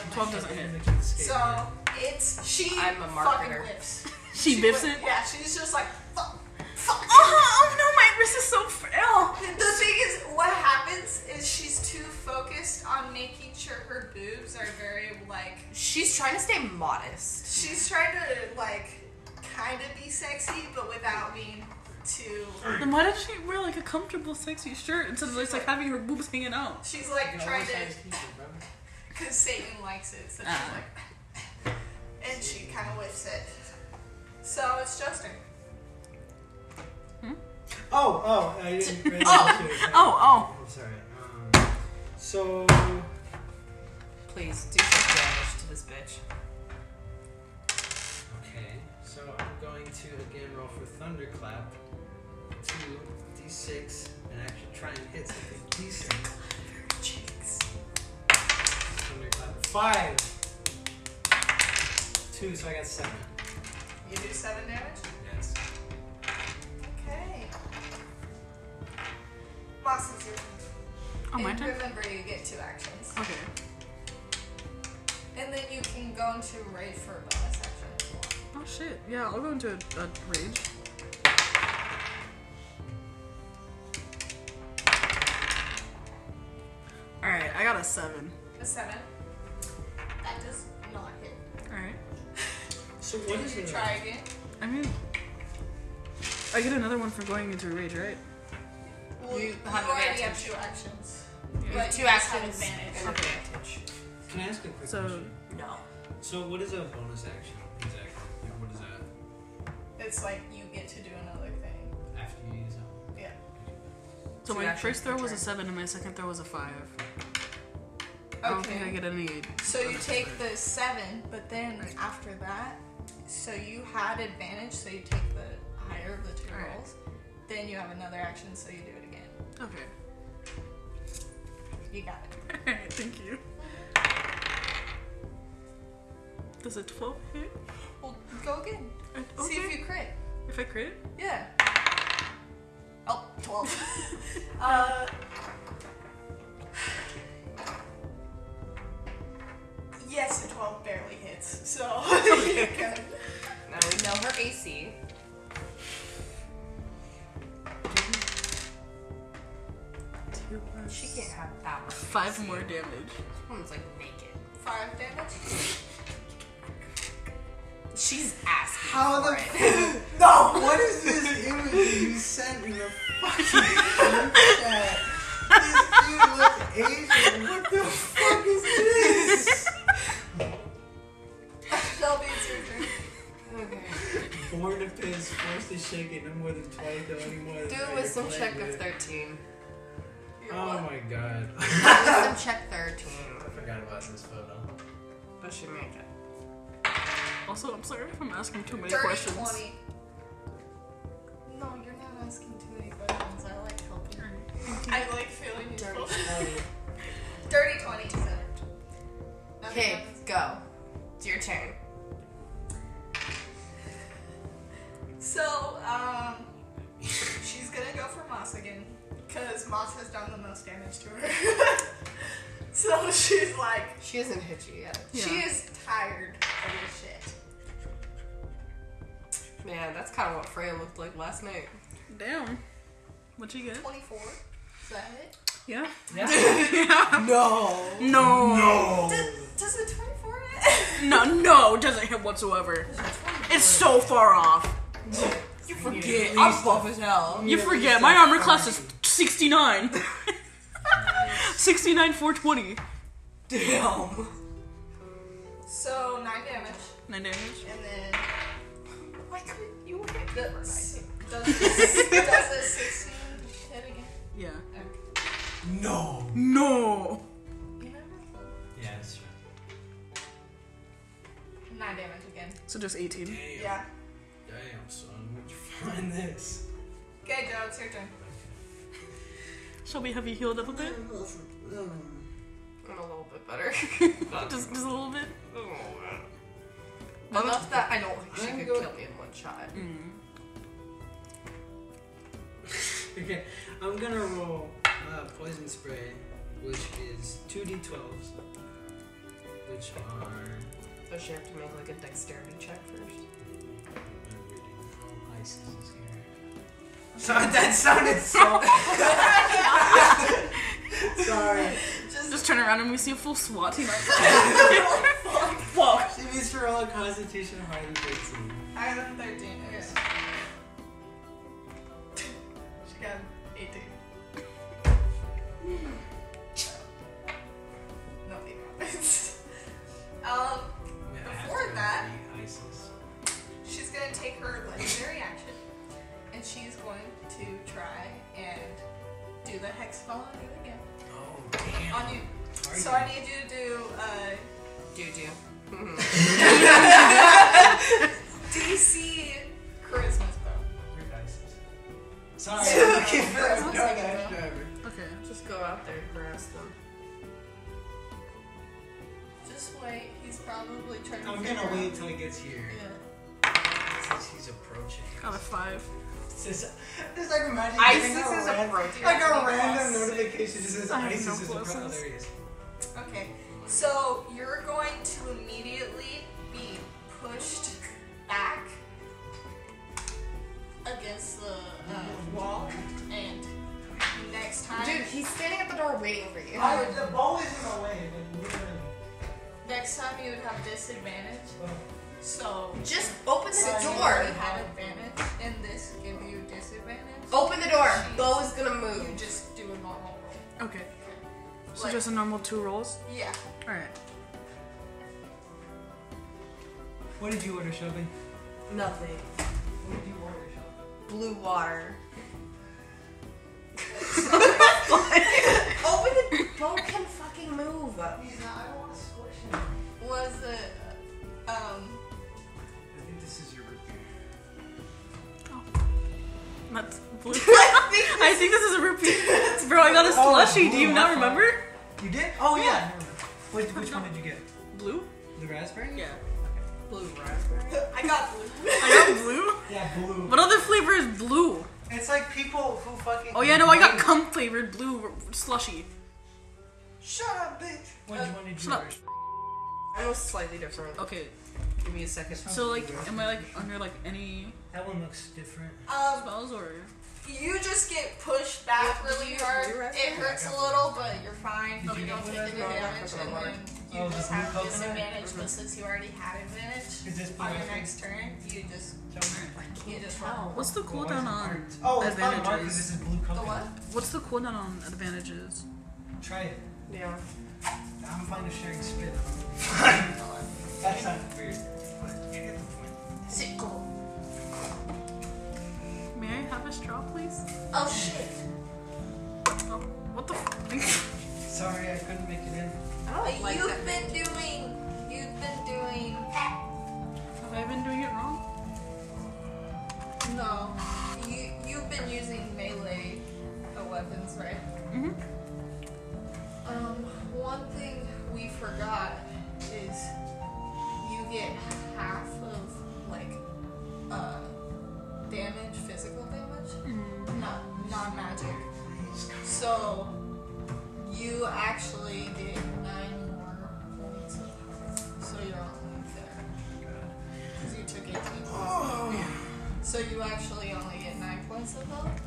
D: then
A: thing. She doesn't
C: matter.
D: it doesn't
C: Okay.
A: hit the
D: So
A: skateboard.
D: it's she.
E: I'm a
D: fucking
E: marketer.
D: whips.
C: she biffs
D: whi-
C: it?
D: Yeah, she's just like fuck, fuck.
C: Oh, oh no, my wrist is so frail.
D: The thing is, what happens is she's too focused on making sure her boobs are very like.
E: She's trying to stay modest.
D: She's trying to like kind of be sexy, but without being too.
C: Then why did she wear like a comfortable, sexy shirt instead of just like having her boobs hanging out?
D: She's
A: You
D: like
A: can
D: trying
A: always
D: to,
A: find a teacher, bro.
D: cause Satan likes it, so she's
C: Ah.
D: like, and she kind of whips it. So it's Justin.
A: Oh, oh, I didn't. really
C: Oh,
A: appreciate that.
C: oh,
A: I'm sorry. Um, so I
E: Please do some damage to this bitch.
A: Okay, so I'm going to again roll for Thunderclap. 2, d6, and actually try and hit something decent. Thunderclap. 5! 2, so I got 7.
D: You do seven damage.
A: Yes.
D: Okay. Moss is your.
C: oh, my
D: and
C: turn.
D: remember, you get two actions,
C: Okay.
D: and then you can go into raid for a bonus action. if you
C: Oh
D: want.
C: shit. Yeah, I'll go into a, a rage. All right, I got a seven.
D: A seven. That does not hit.
C: All right.
A: So what
D: Did
A: is
D: you
A: it?
D: try again?
C: I mean, I get another one for going into a rage, right?
D: Well,
E: You
D: you,
E: have
D: already
E: advantage.
D: have two actions.
E: You have
D: But
E: two
D: you just have
E: actions
D: advantage.
E: and advantage.
A: Can I ask a quick
C: So-
A: question?
E: No.
A: So what is a bonus action exactly? Like, What is that
D: It's like you get to do another thing.
A: after you use it?
D: Yeah.
C: So
E: Two
C: my
E: actions
C: first
E: per
C: throw was a
E: turn.
C: seven, and my second throw was a five. I don't think I get any.
D: So you
C: bonuses
D: take
C: for-
D: the seven, but then after that, so you had advantage, so you take the higher of the two
C: All right.
D: rolls. Then you have another action, so you do it again.
C: Okay.
D: You got it.
C: Alright, thank you. Does a 12 hit?
D: Well, go again.
C: Uh, Okay.
D: See if you crit.
C: If I crit?
D: Yeah. Oh, 12. uh, yes, a 12 barely hits, so you're good.
E: Now we know her AC.
C: Two plus-
E: She can't have that one.
C: Five more damage.
E: This one's like naked.
D: 5 damage?
E: She's asking
A: How
E: for
A: the
E: it.
A: No! What is this image that you sent in the fucking group chat? This dude looks Asian. What the fuck is this?
D: Shelby, it's your turn.
A: Born to piss, forced to shake it no more than twice, though anymore.
E: Do a wisdom check of 13.
D: You're
A: Oh
D: one.
A: my god.
E: wisdom check 13.
A: I forgot about this photo.
E: But she made it.
C: Also, I'm sorry if I'm asking too many
D: Dirty
C: questions.
D: 20. No, you're not asking too many questions. I like helping. I like feeling useful. Dirty 20. so. Nothing
E: Okay,
D: happens.
E: go. It's your turn.
D: So, um, she's gonna go for Moss again, because Moss has done the most damage to her. so she's like,
E: She hasn't hit you yet.
D: she
C: Yeah.
D: is tired of this shit.
E: Man, that's kind of what Freya looked like last night.
C: Damn. What you get?
D: 24. Is that it?
C: Yeah.
A: Yeah. no!
C: No.
A: Oh.
D: Does, does the 24 hit?
C: No. No. Doesn't hit whatsoever. It's so far off. You forget. I'm buff as hell. You forget. My armor class is 69. 69 420.
E: Damn.
D: So nine damage,
C: Nine damage.
D: and then
E: Why couldn't you hit
D: the, does this, does this sixteen hit again?
C: Yeah.
A: No.
C: No.
A: Yeah, that's true.
D: Nine damage again.
C: So just 18.
A: Damn.
D: Yeah.
A: Damn, son, where'd you find this?
D: Okay, Joe, it's your turn.
C: Shelby, have you healed up a bit?
E: I'm a little bit better.
C: Just, just a little bit.
E: Oh, Enough that I don't think she
A: I'm
E: could
A: go-
E: kill me in Mm. one shot.
A: Okay, I'm gonna roll uh, poison spray, which is two d12s, which are.
E: Does she have to make like a dexterity check first?
A: So that sounded so. Sorry.
C: Just turn around and we see a full SWAT team.
A: She needs to roll a Constitution Hardy 13.
D: I got a thirteen. Okay. she got an eighteen. Nothing happens. um,
A: Man, I have
D: Before
A: to
D: that-
A: be ISIS.
D: she's gonna take her legendary action, and she's going to try and do the hex spell on you again.
A: Oh damn.
D: On you.
A: Are
D: So
A: you-
D: I need you to do uh,
E: Juju.
D: DC charisma spell.
A: Rick ISIS. Sorry. I'm looking for a
D: One second,
A: dark
D: though.
A: ass driver.
C: Okay.
E: Just go out there and harass them.
D: Just wait. He's probably trying to.
A: I'm
D: figure
A: gonna
D: out-
A: wait till he gets here.
D: Yeah.
A: Since he's approaching.
C: Got a five.
A: It's just, it's like imagine
E: ISIS
A: getting a
E: is
A: ran-
E: approaching.
A: like a
D: Plus
A: random
D: six.
A: notification that says
C: I have
A: ISIS
C: no
A: is approaching.
C: pluses.
A: Oh, there he is.
D: Okay, so you're going to immediately be pushed back against the uh, wall, and next time,
E: Dude, he's standing at the door waiting for you.
A: I, the ball is in the way. But literally.
D: next time you would have disadvantage. So
E: Just open
D: since
E: the
D: you
E: door.
D: already had advantage, and this give you disadvantage.
E: Open the door.
D: Jeez.
E: Bo is gonna
D: You
E: move.
D: just do a normal roll.
C: Okay. So
D: Like-
C: just a normal two rolls?
D: Yeah.
C: Alright.
A: What did you order, Shelby?
E: Nothing.
A: What did you order, Shelby?
E: Blue water. open the Bo can fucking move.
A: He's not. I don't want to squish him.
D: Was it um?
A: I think this is your repair.
C: That's blue. I think this is a repeat. Bro, I got a
A: Oh,
C: slushy. Do
A: blue,
C: you
A: my
C: not
A: fault.
C: remember?
A: You did? Oh
C: Yeah.
A: never mind. Which, which one did you get?
C: Blue?
A: The raspberry?
C: Yeah.
E: Blue raspberry.
D: I got blue.
C: I got blue?
A: Yeah, blue.
C: What other flavor is blue?
A: It's like people who fucking.
C: Oh yeah, no, I got cum flavored blue r- slushy.
A: Shut up, bitch. Which
D: Uh,
A: one did you
C: shut up.
A: order?
E: I was slightly different.
C: Okay.
E: Give me a second.
C: So like, am I like under like any
A: That one looks different.
D: Um,
C: spells or?
D: You just get pushed back
E: Yeah,
D: really
E: you
D: hard.
E: do rest?
D: It hurts a little, but you're fine.
A: Did
D: You
A: you
D: don't
A: get one as
D: take any
A: well?
D: damage, and
E: Water.
D: then you
A: Oh,
D: just
A: the blue
D: have
A: coconut?
D: disadvantage. But since you already had advantage
A: Is this blue
D: on your
A: raspberry?
D: next turn, you just you just roll.
C: What's the
A: Well, why is
C: cooldown
A: it
C: on?
A: marked? Oh, it's not marked 'cause
C: advantages?
A: this is blue
D: The
A: coconut.
D: what?
C: What's the cooldown on advantages?
A: Try it.
E: Yeah.
A: I'm fine with sharing spit. That's not weird. But you get the point.
D: Sickle.
C: May I have a straw, please?
D: Oh shit.
C: Oh, what the? F-
A: Sorry, I couldn't make it in.
E: I don't like
D: you've
E: that.
D: been doing. You've been doing.
C: have I been doing it wrong?
D: No. You you've been using melee uh, weapons, right?
C: Mhm.
D: Um, one thing we forgot is you get half of like uh damage, physical damage, not non magic. So you actually get nine more points of health, so you're only there because you took eighteen. points.
E: Oh.
D: So you actually only get nine points of health.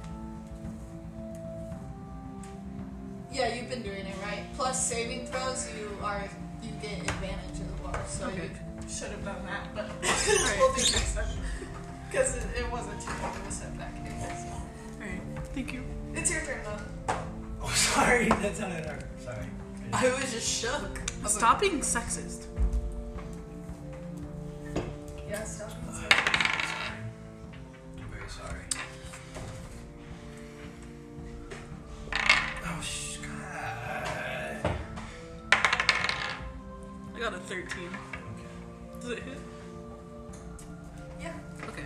D: Yeah, you've been doing it right. Plus saving throws, you are you get advantage as well. So
C: Okay.
D: you should have done that, but we'll do next time because it, it wasn't too much of a setback. It was-
C: All right. Thank you.
D: It's your turn though.
A: Oh Oh, sorry. That sounded hard. Sorry.
E: I was just shook.
C: Stop being sexist.
D: Yeah, stop.
A: I'm very sorry. Oh, sh- God.
C: I got a 13.
A: Okay.
C: Does it hit?
D: Yeah.
C: Okay.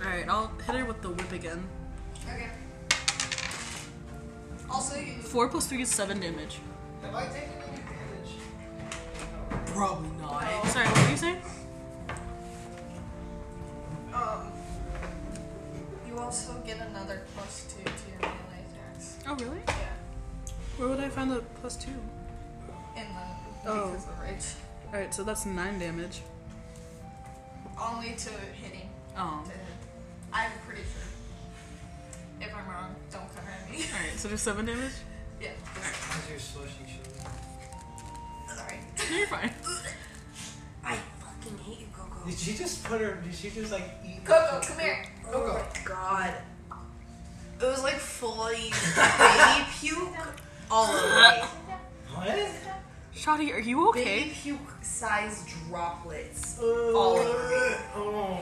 C: Alright, I'll hit her with the whip again.
D: Okay. Also, you.
C: 4 plus 3 is 7 damage.
A: Have I taken any damage?
C: Probably not.
D: No.
C: Sorry, what did you say?
D: Um. You also get another plus two to your melee attacks.
C: Oh, really?
D: Yeah.
C: Where would I find the plus 2?
D: In the.
C: Oh.
D: Because of rage.
C: Alright, so that's 9 damage.
D: Only to hitting.
C: Oh.
D: To hit. I'm pretty sure. If I'm wrong, don't come at me.
C: Alright, so just 7 damage?
D: yeah.
A: How's your slushing shit?
D: Sorry.
C: No, you're fine.
E: I fucking hate you, Coco.
A: Did she just put her? Did she just like eat?
D: Coco, come here.
E: Oh my god. It was like fully baby puke all over me.
A: What?
C: Shoddy, are you okay?
E: Baby puke size droplets.
A: All
E: over me.
A: Oh.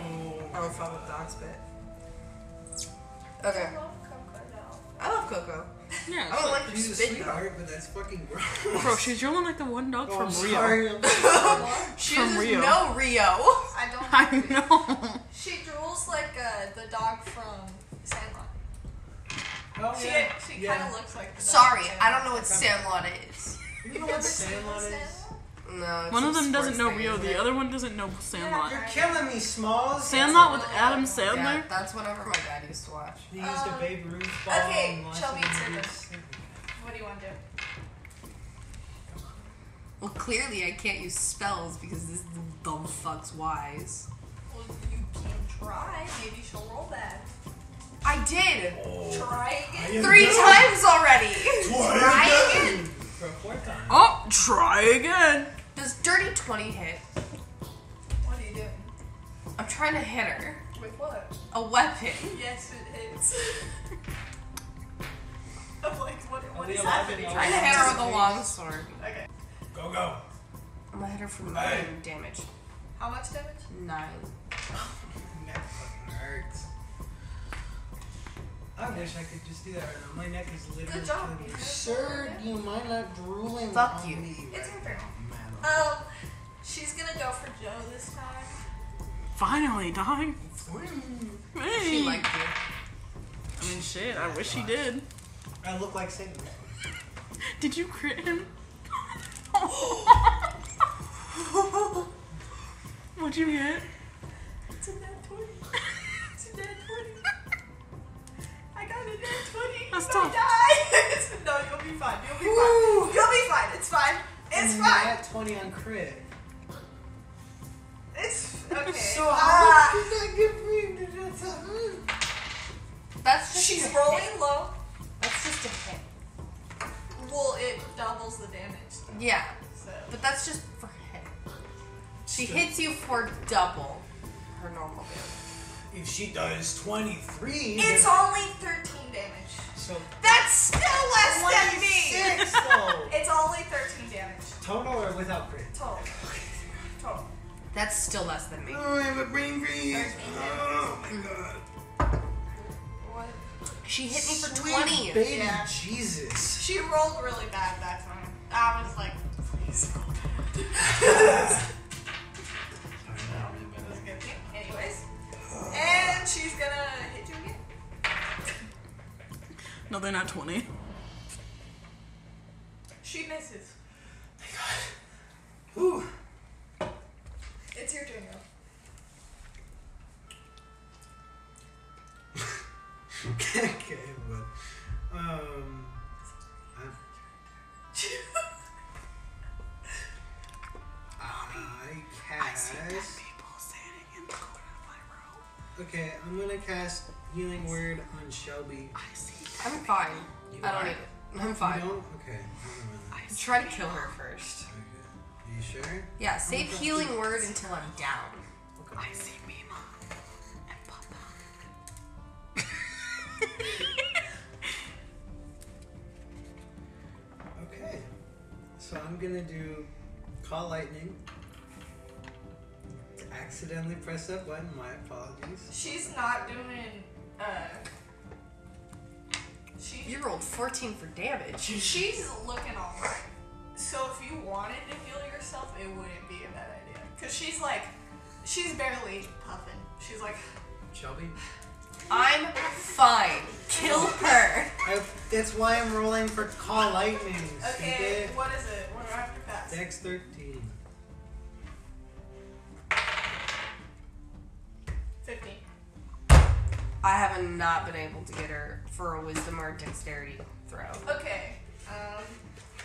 E: I don't fuck with dogs, but. Okay. I love Coco.
C: Yeah.
E: I would like to
A: She's a
E: spit you out.
A: sweetheart, but that's fucking gross.
C: Bro, she's rolling like the one dog
A: oh,
C: from
A: I'm sorry.
C: Rio.
A: Oh,
E: She
C: From
E: doesn't
C: Rio.
E: know Rio.
D: I don't.
C: I know.
D: She drools like uh, the dog from Sandlot.
A: Oh,
D: She
A: yeah.
D: she
A: yeah.
D: kind of looks like. The dog
E: Sorry,
D: from
E: I don't know what Sandlot is.
A: You know
D: Sandlot.
A: what Sandlot
D: Sandlot?
A: is?
E: No. it's
C: One
E: some
C: of them doesn't
E: sports
C: know
E: thing,
C: Rio,
E: isn't
C: the
E: it?
C: other one doesn't know Sandlot.
A: You're killing me, Smalls.
C: Sandlot with
D: That's not
C: Adam
D: what I
C: Sandler?
E: Yeah, that's whatever my dad used to watch.
A: He used a
D: Um,
A: Babe Ruth ball.
D: okay,
A: and lost
D: Shelby,
A: in
D: it's your
A: Babe's-
D: What do you want to do?
E: Well, clearly I can't use spells because this dumb fuck's wise.
D: Well, you can try. Maybe she'll roll back.
E: I did
A: Oh.
D: Try again.
E: three times already. Try again.
A: For a fourth time.
C: Oh, try again.
E: Does dirty twenty hit?
D: What are you doing?
E: I'm trying to hit her.
D: With what?
E: A weapon.
D: Yes, it is. I'm like, what? What
A: we
D: is
A: allowed
D: happening?
A: to
E: I'm trying to hit her with a long sword.
D: Okay.
A: Go, go.
E: I'm gonna hit her from
A: Hey.
E: nine damage.
D: How much damage?
E: Nine.
A: Neck fucking hurts. I wish I could just do that right now. My neck is literally
D: Good job.
A: killing me. Sir, do you mind not drooling
E: Fuck
A: on
E: you.
A: me?
D: It's your turn.
A: Man,
D: Um, she's gonna go for Joe this time.
C: Finally, dog. Hey.
E: She liked you.
C: I mean, shit. I wish she did.
A: I look like Satan.
C: Did you crit him? What'd you get?
D: It's a net twenty. It's a net twenty. I got a net twenty.
C: That's
D: you
C: tough.
D: might die. no, you'll be fine. You'll be fine. You'll be fine. It's fine. It's
A: And
D: fine.
A: Nat 20 on crit.
D: It's okay.
A: So
D: Ah,
A: how much did that give me? Did that sound-
E: That's just
D: she's
E: a hit.
D: rolling low.
E: That's just a hit.
D: Well, it doubles the damage.
E: Yeah,
D: So
E: but that's just for hit. She hits you for double her normal damage.
A: If she does 23,
D: it's
A: then-
D: only thirteen damage.
A: so
D: That's still less than me.
A: 26 though.
D: It's only thirteen damage
A: Total or without crit?
D: total. Total.
E: That's still less than me.
A: I have a brain freeze.
D: Thirteen
A: Oh my god.
D: What?
E: She hit me for
A: Sweet
E: twenty.
A: Baby
D: Yeah.
A: Jesus.
D: She rolled really bad that time. I was like, please roll bad. That was good. Anyways. And she's gonna hit you again.
C: No, they're not 20.
D: She misses.
A: Ooh.
D: It's your turn now.
A: okay, but um, I, Um, I cast. Okay, I'm gonna cast healing word on Shelby.
E: I'm fine.
A: You
E: I don't
A: are?
E: need it. I'm fine.
A: You don't? Okay. never mind then.
E: Try to kill her first.
A: Okay. Are you sure?
E: Yeah, save
A: God.
E: healing word until I'm down.
A: Okay.
C: see Mima and Papa.
A: So I'm gonna do call lightning. Accidentally press that button. My apologies.
D: She's not doing. Uh, she
E: You rolled 14 for damage.
D: she's looking alright. So if you wanted to heal yourself, it wouldn't be a bad idea. Cause she's like, she's barely puffing. She's like,
A: Shelby.
E: I'm fine. Kill her.
A: I, that's why I'm rolling for call lightning.
D: okay,
A: stupid.
D: what is it? What do I have to pass?
A: Dex 13.
D: Fifteen.
E: I have not been able to get her for a wisdom or dexterity throw.
D: Okay. Um,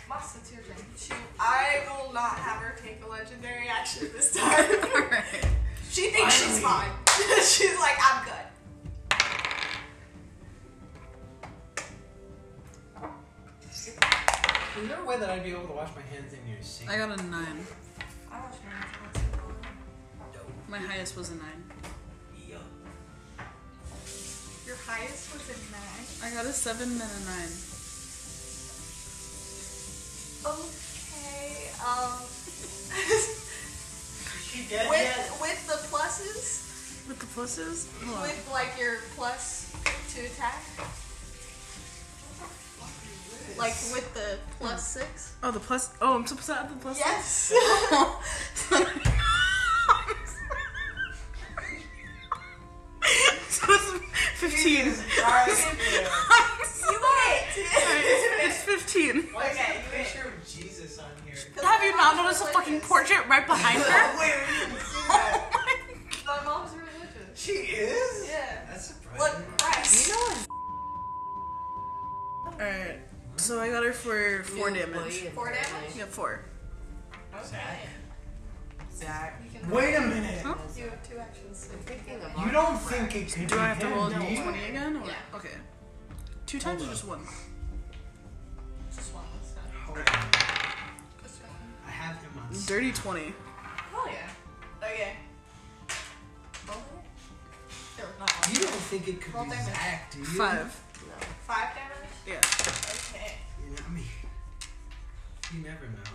D: Moss, it's your turn. She, I will not have her take a legendary action this time. she thinks she's fine. she's like, I'm good.
A: Is there a way that I'd be able to wash my hands in your sink?
C: I got a nine.
D: I watch
C: My highest was a nine.
D: Your highest was a nine.
C: I got a seven and a nine.
D: Okay. Um,
A: she dead
D: with with the pluses,
C: With the pluses? Hold on.
D: with like your plus to attack, like with the plus six.
C: Oh, the plus. Oh, I'm supposed to add the plus.
D: Yes.
C: so it's 15.
D: you wait.
C: It's 15.
A: Why is
D: Okay,
A: there a picture of Jesus on here?
C: Have you not noticed a fucking portrait right behind her?
A: Wait, we didn't see that.
D: My mom's religious.
A: She is?
D: Yeah.
A: That's surprising.
D: Look, Christ.
E: You know what?
C: Alright. So I got her for 4 damage.
D: Four damage?
C: Yeah, 4.
A: Zach.
E: Zach.
D: You can.
A: Wait a minute.
D: You have two actions.
E: I'm thinking of
A: You don't think it could
C: Do
A: be
C: I have to
A: him,
C: roll
A: do you?
C: 20 again? Or?
D: Yeah.
C: Okay. Two times or just one?
D: Just one this time.
A: Hold on. I
D: Just one.
A: have him on. s-
C: Dirty 20.
D: Hell Oh, yeah. Okay. Roll it. Or not.
A: You don't think it could
D: Roll
A: be
D: damage.
A: Zach, do you?
C: 5.
D: Five damage?
C: Yeah.
D: Okay.
C: Uh-huh.
A: You know, I mean, you never know, though.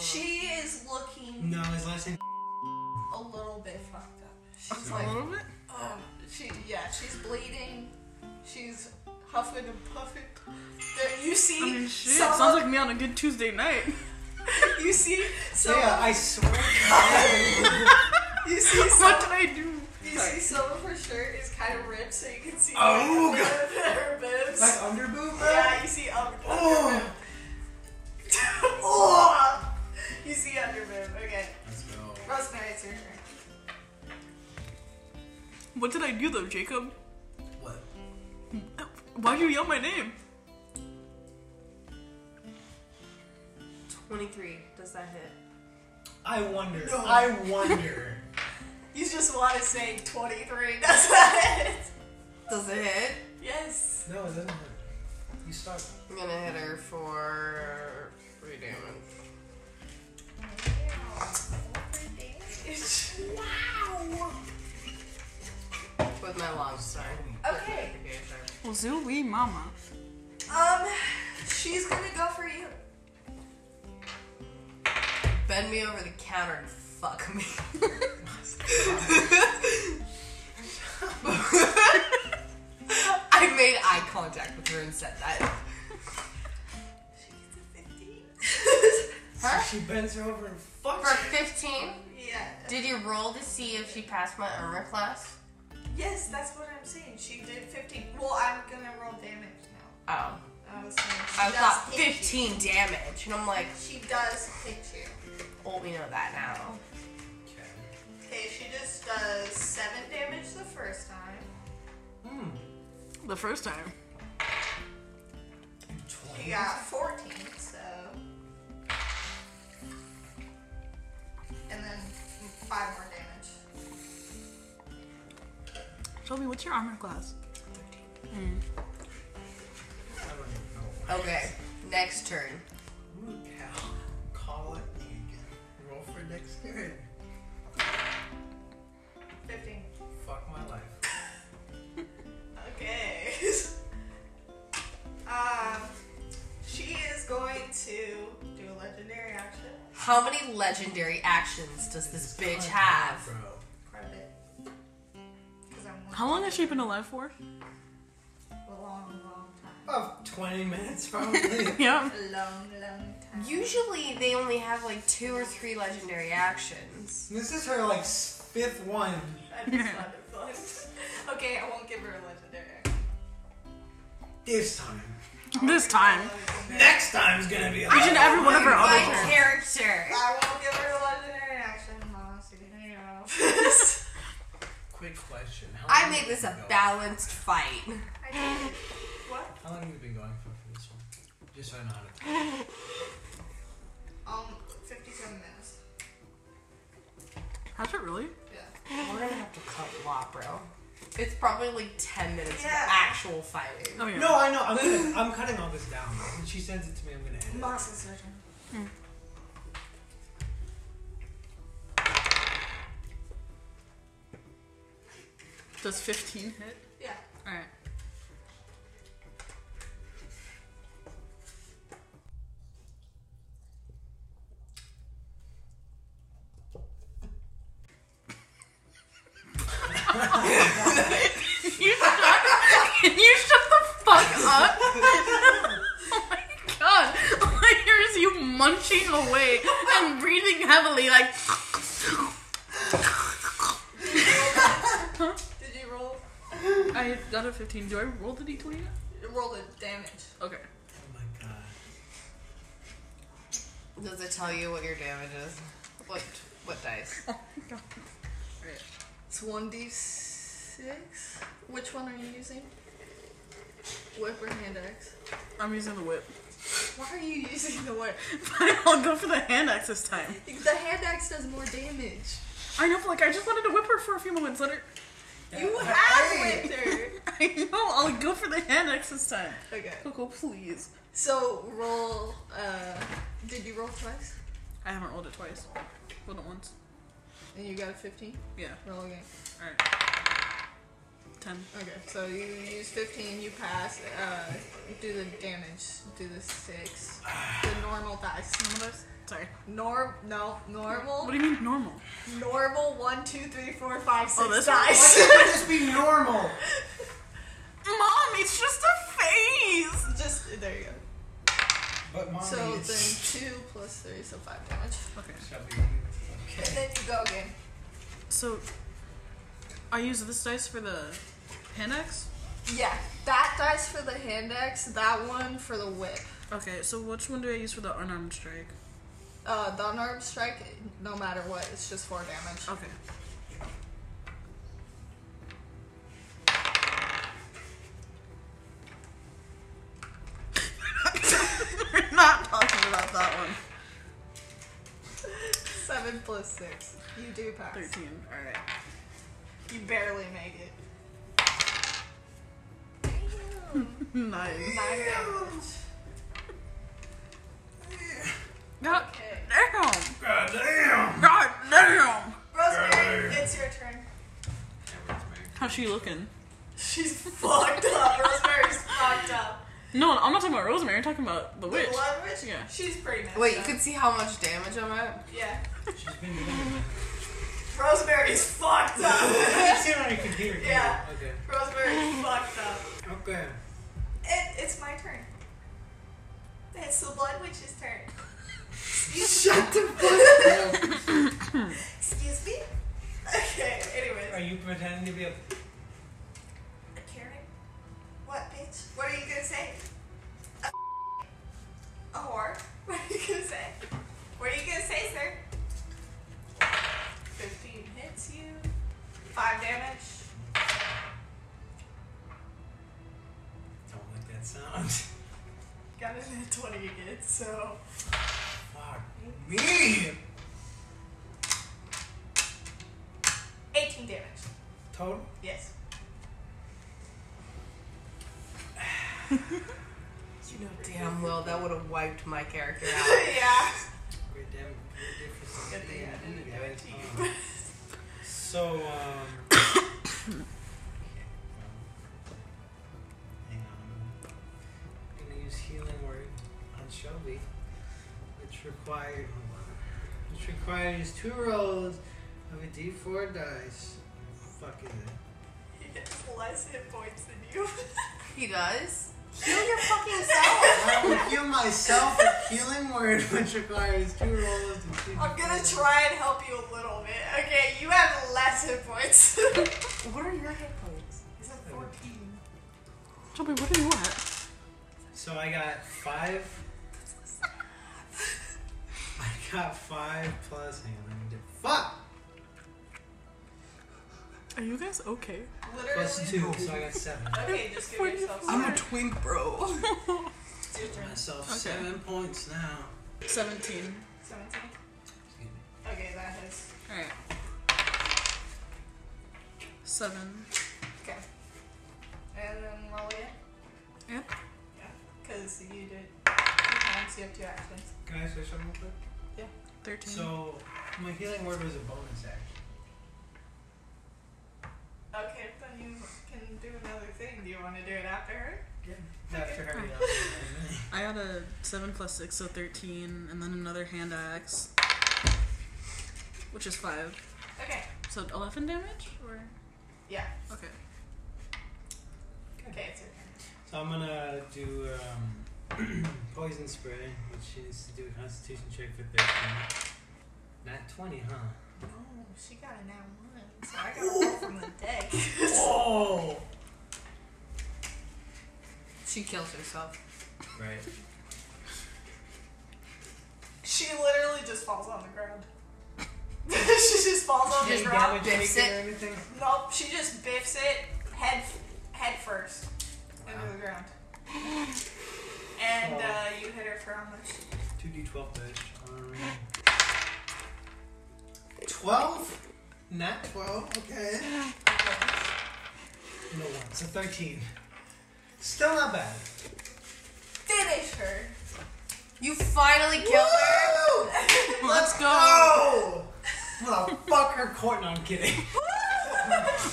D: She is looking
A: No, his last name.
D: a little bit fucked up. She's
C: A
D: like,
C: little bit?
D: um, she, yeah, she's bleeding. She's huffing and puffing. There, you see
C: I mean, shit.
D: some
C: Sounds
D: of-
C: like me on a good Tuesday night.
D: you see some,
A: Yeah, I swear to God.
D: you see some,
C: What did I do?
D: you see some of her shirt is kind of ripped, so you can see
A: Oh,
D: like, her boobs.
A: like underboob, bro?
D: Yeah, you see under.
A: Oh.
D: oh. You see under boob. Okay,
A: Let's go.
D: Rosemary, it's your turn.
C: What did I do though, Jacob?
A: What?
C: Why'd you yell my name?
E: 23. Does that hit?
A: I wonder. I wonder.
D: You just want to say 23, that's not it.
E: Does it hit?
D: Yes.
A: no, it doesn't hurt. You start.
E: I'm gonna hit her for three damage. With my long sword.
D: Okay.
C: Well, Zooey Mama.
D: Um, she's gonna go for you.
E: Bend me over the counter and fuck me. I made eye contact with her and said that.
D: She gets
E: Her?
A: She bends her over and fucks
E: For
A: her.
E: 15,
D: a 15. Yeah.
E: did you roll to see if she passed my armor class?
D: Yes, that's what I'm saying. She did 15. Well, I'm gonna roll damage now.
E: Oh.
D: I was saying she
E: I
D: does
E: thought
D: hit you.
E: 15 damage. And I'm like,
D: She does hit you.
E: well, we know that now.
A: Okay.
D: Okay, she just does 7 damage the first time.
A: Hmm.
C: The first time.
D: She
A: 20.
D: got 14, so. And then 5 more damage.
C: Shelby, what's your armor class?
A: I don't even know.
E: Okay, next turn.
A: Ooh, cow. Call it me again. Roll for dexterity.
D: 15.
A: Fuck my life.
D: Okay. um, she is going to do a legendary
E: How many legendary actions does this bitch have?
A: Bro.
D: Quite a bit. Because I'm one
C: How long has she been alive for?
D: a long, long time.
A: About 20 minutes probably.
C: Yeah.
D: A long, long time.
E: Usually they only have like two or three legendary actions.
A: this is her like s- fifth one.
D: I just wanted fun. Okay, I won't give her a legendary.
A: This time.
C: This time.
A: Next time's gonna be a
C: Each and every one of her other
E: My
C: turns.
E: character.
D: I won't give her a legendary action. Mama superhero.
A: Quick question. How
E: I
A: long
E: made
A: have
E: this
A: we
E: a
A: been going-
E: balanced fight.
D: I did. What?
A: How long have we been going for for this one? Just so I know how to.
D: Um, 57 minutes.
C: Has it really?
D: Yeah.
E: We're gonna have to cut a lot, bro. It's probably like 10 minutes
D: Yeah.
E: of actual fighting.
C: Oh yeah.
A: No, I know. I'm, gonna, I'm cutting all this down. When she sends it to me, I'm gonna end it.
D: Moss is legend.
C: Does 15 hit?
D: Yeah.
C: Alright. you shut, can you shut the fuck up? oh my god. All I hear is you munching away and breathing heavily like
D: Did you roll?
C: I got a 15. Do I roll the d20 yet?
D: You rolled a damage.
C: Okay.
A: Oh my god.
E: Does it tell you what your damage is? What what
C: Oh
E: dice?
D: It's 1d6. Which one are you using? Whip or hand axe?
C: I'm using the whip.
D: Why are you using the whip?
C: I'll go for the hand axe this time.
D: The hand axe does more damage.
C: I know, but like I just wanted to whip her for a few moments. Let her.
D: You
A: Yeah.
D: have
A: Hey!
D: whipped her.
C: I know. I'll go for the hand axe this time.
D: Okay.
C: Coco, please.
D: So roll. Uh, did you roll twice?
C: I haven't rolled it twice. Rolled it once.
D: And you got a 15?
C: Yeah.
D: Roll again.
C: All right. Ten.
D: Okay, so you use 15, you pass, uh, do the damage, do the 6. The normal dice.
C: Sorry.
D: Norm, no, normal.
C: What do you mean normal?
D: Normal one, two, three, four, five, six
C: Oh, this
A: Why
D: dice.
A: can't it just be normal?
C: Mom, it's just a face.
D: Just, there you go.
A: But mommy,
D: So then
A: it's-
D: 2 plus 3, so 5 damage.
C: Okay.
A: shall be
D: And
A: okay.
D: then you go again.
C: So I use this dice for the hand axe.
D: Yeah, that dice for the hand axe, that one for the whip.
C: Okay. So which one do I use for the unarmed strike?
D: Uh, the unarmed strike, no matter what, it's just 4 damage.
C: Okay. We're not talking about that one.
D: 7 plus 6. You do pass.
C: 13. Alright.
D: You barely make it.
C: Nice.
D: Nine damage.
C: God
D: Okay.
C: damn!
A: God damn!
C: God damn!
D: Rosemary, it's your turn.
C: How's she looking?
D: She's fucked up. Rosemary's fucked up.
C: No, I'm not talking about Rosemary, I'm talking about the
D: The
C: witch.
D: blood witch?
C: Yeah.
D: She's pretty messed
E: Wait, you
D: up.
E: could see how much damage I'm at?
D: Yeah.
A: She's been doing it.
D: Rosemary's fucked up.
A: I've seen her on your computer.
D: Yeah.
A: Okay.
D: Rosemary's fucked up.
A: Okay.
D: It, it's my turn. It's the blood witch's turn.
A: Shut the fuck up.
D: Excuse me? Okay,
A: Are
D: anyways.
A: you pretending to be a
D: Karen? What, bitch? What are you gonna say? A, a whore? What are you gonna say? What are you gonna say, sir? 15 hits you. 5 damage.
A: Don't like that sound.
D: Got it at 20 again, so.
A: Fuck me.
D: 18 damage.
A: Total.
D: Yes.
E: You know damn well that would have wiped my character out.
D: yeah.
A: Great damn. Great difference.
D: Good thing I didn't do it to
A: Um,
D: you.
A: So um. hang on. I'm gonna use healing word on Shelby, which required. Hold on. which requires two rolls of a d4 dice. Fuck is it?
D: He gets less hit points than you.
E: He does. Heal your fucking self.
A: I will heal myself with healing word, which requires two rolls of two.
D: I'm gonna try and help you a little bit. Okay, you have less hit points. He's
E: what are your hit points?
D: at 14.
C: Shelby, what are you at?
A: So I got five. I got five plus. Hang on, let me do. Fuck!
C: Are you guys okay?
A: Plus
D: Literally.
A: two, so I got seven.
D: Okay, just give yourself
G: I'm a twink, bro.
A: Myself seven points now.
C: 17.
D: 17.
A: Excuse me.
D: Okay, that hits.
C: Alright. 7.
D: Okay. And then roll it.
C: Yep.
D: Yeah. Because you did two times, you have two actions.
A: Can I say something real quick?
C: 13.
A: So my healing word was a bonus action.
D: Okay, then you Oh, can do another thing. Do you want to do it after her?
A: After her,
C: Okay.
A: yeah.
C: I had a 7 plus 6, so 13, and then another hand axe, which is 5.
D: Okay.
C: So 11 damage? Or.
D: Yeah.
C: Okay.
D: Okay, it's your turn.
A: So I'm gonna do um, poison spray, which she needs to do a Constitution check for thirteen. Not twenty, huh?
D: Oh, she got a now one, so I got a roll from the deck.
A: Oh!
E: She kills herself.
A: Right.
D: She literally just falls on the ground. she just falls on the ground.
A: Damage
E: biffs
A: taken or
E: it.
A: anything?
D: Nope, she just biffs it head head first into the ground. And uh, you hit her for how much?
A: Two d twelve damage. Um, twelve? Not twelve. Okay. No one. So thirteen. Still not bad.
D: Finish her.
E: You finally killed her.
C: Let's go!
A: Oh! What the fuck her court? No, I'm kidding.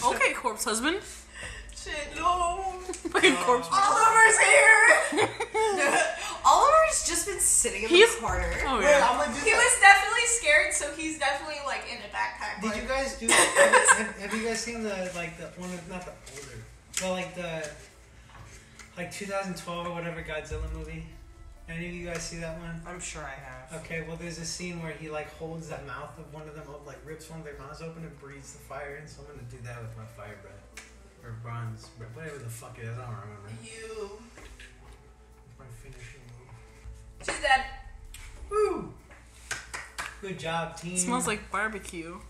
C: Okay, corpse husband.
D: Shit, no.
C: Fucking corpse.
E: Oliver's here. Oliver's just been sitting in
C: He's-
E: the corner.
C: Oh,
A: Wait,
C: yeah.
A: I'm gonna do
D: He
A: that.
D: was definitely scared, so he's definitely like in a backpack.
A: Did
D: like,
A: you guys do? have, have you guys seen the like the one of not the older, but like the like 2012 or whatever Godzilla movie? Any of you guys see that one?
E: I'm sure I have.
A: Okay, well there's a scene where he like holds the mouth of one of them up, like rips one of their mouths open and breathes the fire in. So I'm gonna do that with my fire breath or bronze breath, whatever the fuck it is. I don't remember.
D: you
A: My finishing move.
D: she's dead.
A: Woo! Good job, team.
C: Smells like barbecue.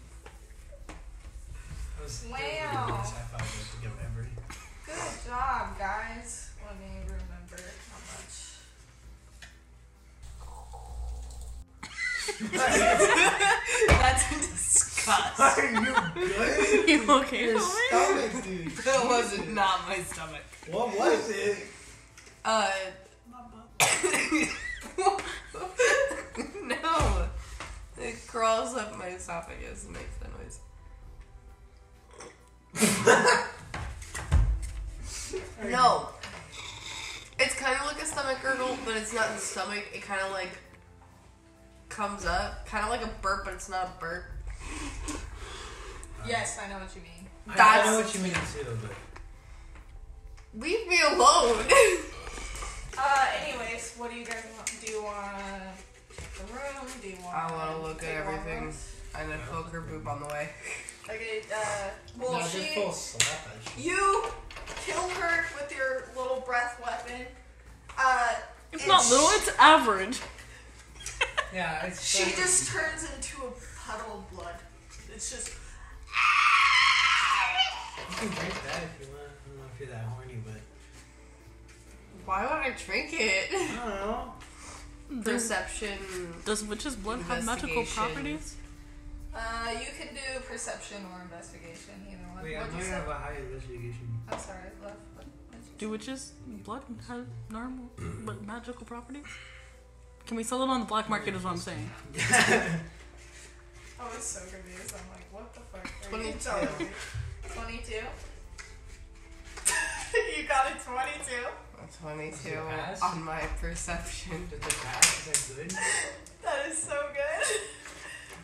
A: That was- that was
D: Wow.
A: the best high five I've given everybody.
D: Good job, guys. Let me remember how much.
E: That's disgusting.
A: Are you good?
C: You okay?
A: Your
C: Owen?
A: stomach, dude.
E: That was not my stomach.
A: What was it?
E: Uh. no. It crawls up my esophagus and makes that noise. no. It's kind of like a stomach gurgle, but it's not in the stomach. It kind of like comes up, kind of like a burp, but it's not a burp.
D: Yes, I know what you mean.
A: I, I know
E: That's-
A: what you mean too, but
E: Leave me alone.
D: Uh, anyways, what do you guys want? Do you want to check the room? Do you want?
E: I wanna look at
D: take a walk
E: everything.
D: around?
E: I'm gonna poke her boob on the way.
D: Okay. Uh, well,
A: no, just
D: she
A: full slap that shit.
D: you kill her with your little breath weapon. Uh,
C: It's
D: and
C: not
D: sh-
C: little, it's average.
A: Yeah, it's
D: She
A: fine.
D: just turns into a puddle of blood. It's just
A: You can drink that if you want. I don't know if you're that horny, but
E: Why would I drink it?
A: I don't know.
C: Does,
E: Perception.
C: does witch's blood have magical
E: Investigation.
C: properties?
D: uh, you can do perception or investigation, either one.
A: Wait, I
D: What'd
A: might
D: you say?
A: have a high investigation.
D: I'm sorry, love. What- what'd you
C: Do witches' blood have normal but magical properties? Can we sell it on the black market? Is what I'm saying.
D: I was so confused. I'm like, what the fuck are
E: 22.
D: you telling me? 22? you got a 22?
E: A 22
A: Pass?
E: on my perception.
A: Does the pass is that good?
D: That is so good.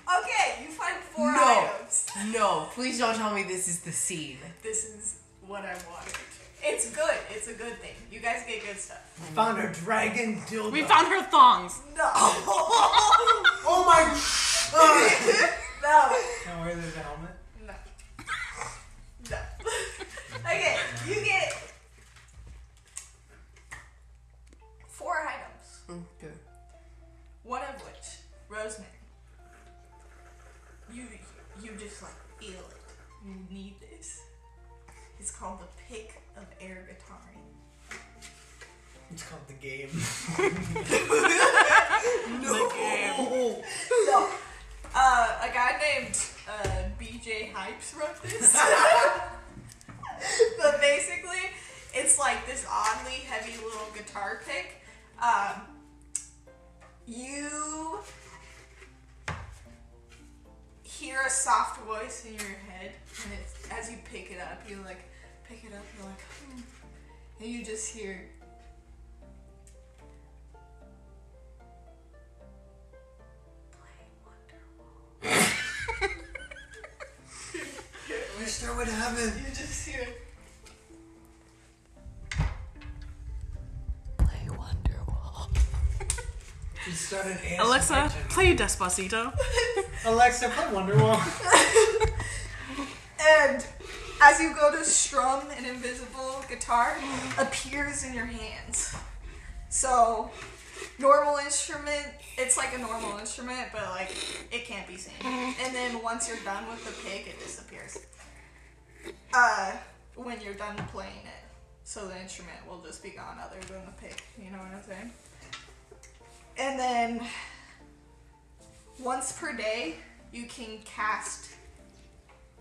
D: Okay, you find four
E: No.
D: items.
E: No, please don't tell me this is the scene.
D: This is what I wanted. It's good. It's a good thing. You guys get good stuff.
A: Found a dragon dildo.
C: We found her thongs.
D: No.
A: Oh my! Ugh.
D: no.
A: Can I wear this helmet?
D: No. No. okay, you get four items.
E: Okay.
D: One of which, rosemary. You you just like feel it. You need this. It's called the pick of air guitaring.
A: It's called the game.
D: No. Uh, a guy named uh, BJ Hypes wrote this. but basically, it's like this oddly heavy little guitar pick. Um, you hear a soft voice in your head, and it's, as you pick it up, you like pick it up, you're like, hmm, and you just hear. "Play Wonderwall."
A: Wish that would happen.
D: You just hear.
A: You start an ASMR
C: Alexa,
A: channel.
C: play Despacito.
A: Alexa, play Wonderwall.
D: And as you go to strum an invisible guitar, appears in your hands. So, normal instrument, it's like a normal instrument, but like it can't be seen. And then once you're done with the pick, it disappears. Uh, when you're done playing it. So the instrument will just be gone other than the pick, you know what I'm saying? And then once per day, you can cast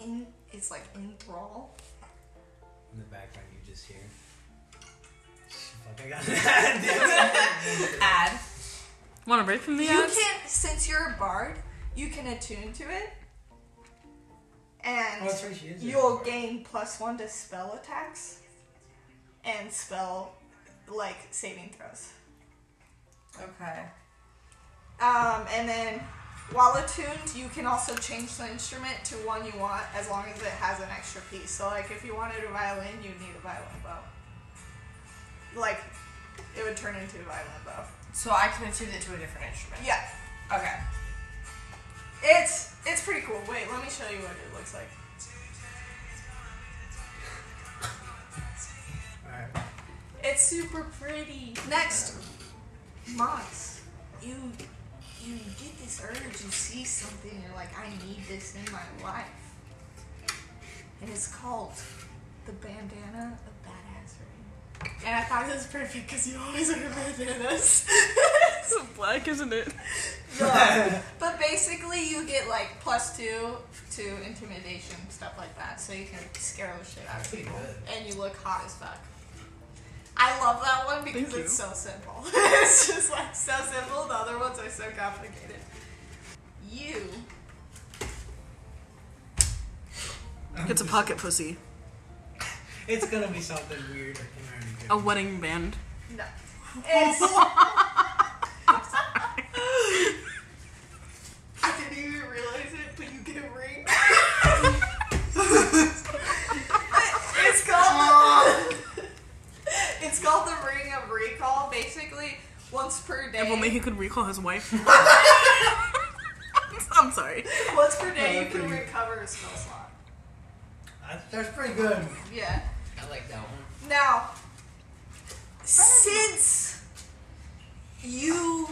D: in it's like enthrall.
A: In the background, you just hear. Fuck, I got it.
E: Ad.
C: Want a break from the
D: You
C: ads?
D: can since you're a bard, you can attune to it. And
A: Oh, that's right, she is a
D: you'll
A: bard.
D: gain plus one to spell attacks and spell like saving throws.
E: Okay.
D: Um, and then while attuned, you can also change the instrument to one you want as long as it has an extra piece. So, like, if you wanted a violin, you'd need a violin bow. Like, it would turn into a violin bow.
E: So I can attune it to a different instrument.
D: Yeah,
E: Okay.
D: it's it's pretty cool. Wait, let me show you what it looks like.
A: Alright.
D: It's super pretty. Next, Mox, you you get this urge. You see something. You're like, I need this in my life, and it's called the bandana of badassery. And I thought it was perfect because you always wear bandanas.
C: It's black, isn't it?
D: No. but basically, you get like plus two to intimidation stuff like that, so you can scare the shit out of people, and you look hot as fuck. I love that one because
C: Thank
D: it's so simple. it's just like so simple. The other ones are so complicated. You
C: It's a pocket pussy.
A: It's gonna be something weird. I can already do.
C: A wedding band.
D: no. It's. I didn't even realize it, but you get a ring. it's called. it's called the ring of recall. Basically, once per day.
C: If only he could recall his wife. I'm sorry.
D: once per
A: No,
D: day, you
A: that's
D: can
A: pretty-
D: recover a spell slot.
A: I- That's pretty good.
D: Yeah.
A: I like that one.
D: Now, since you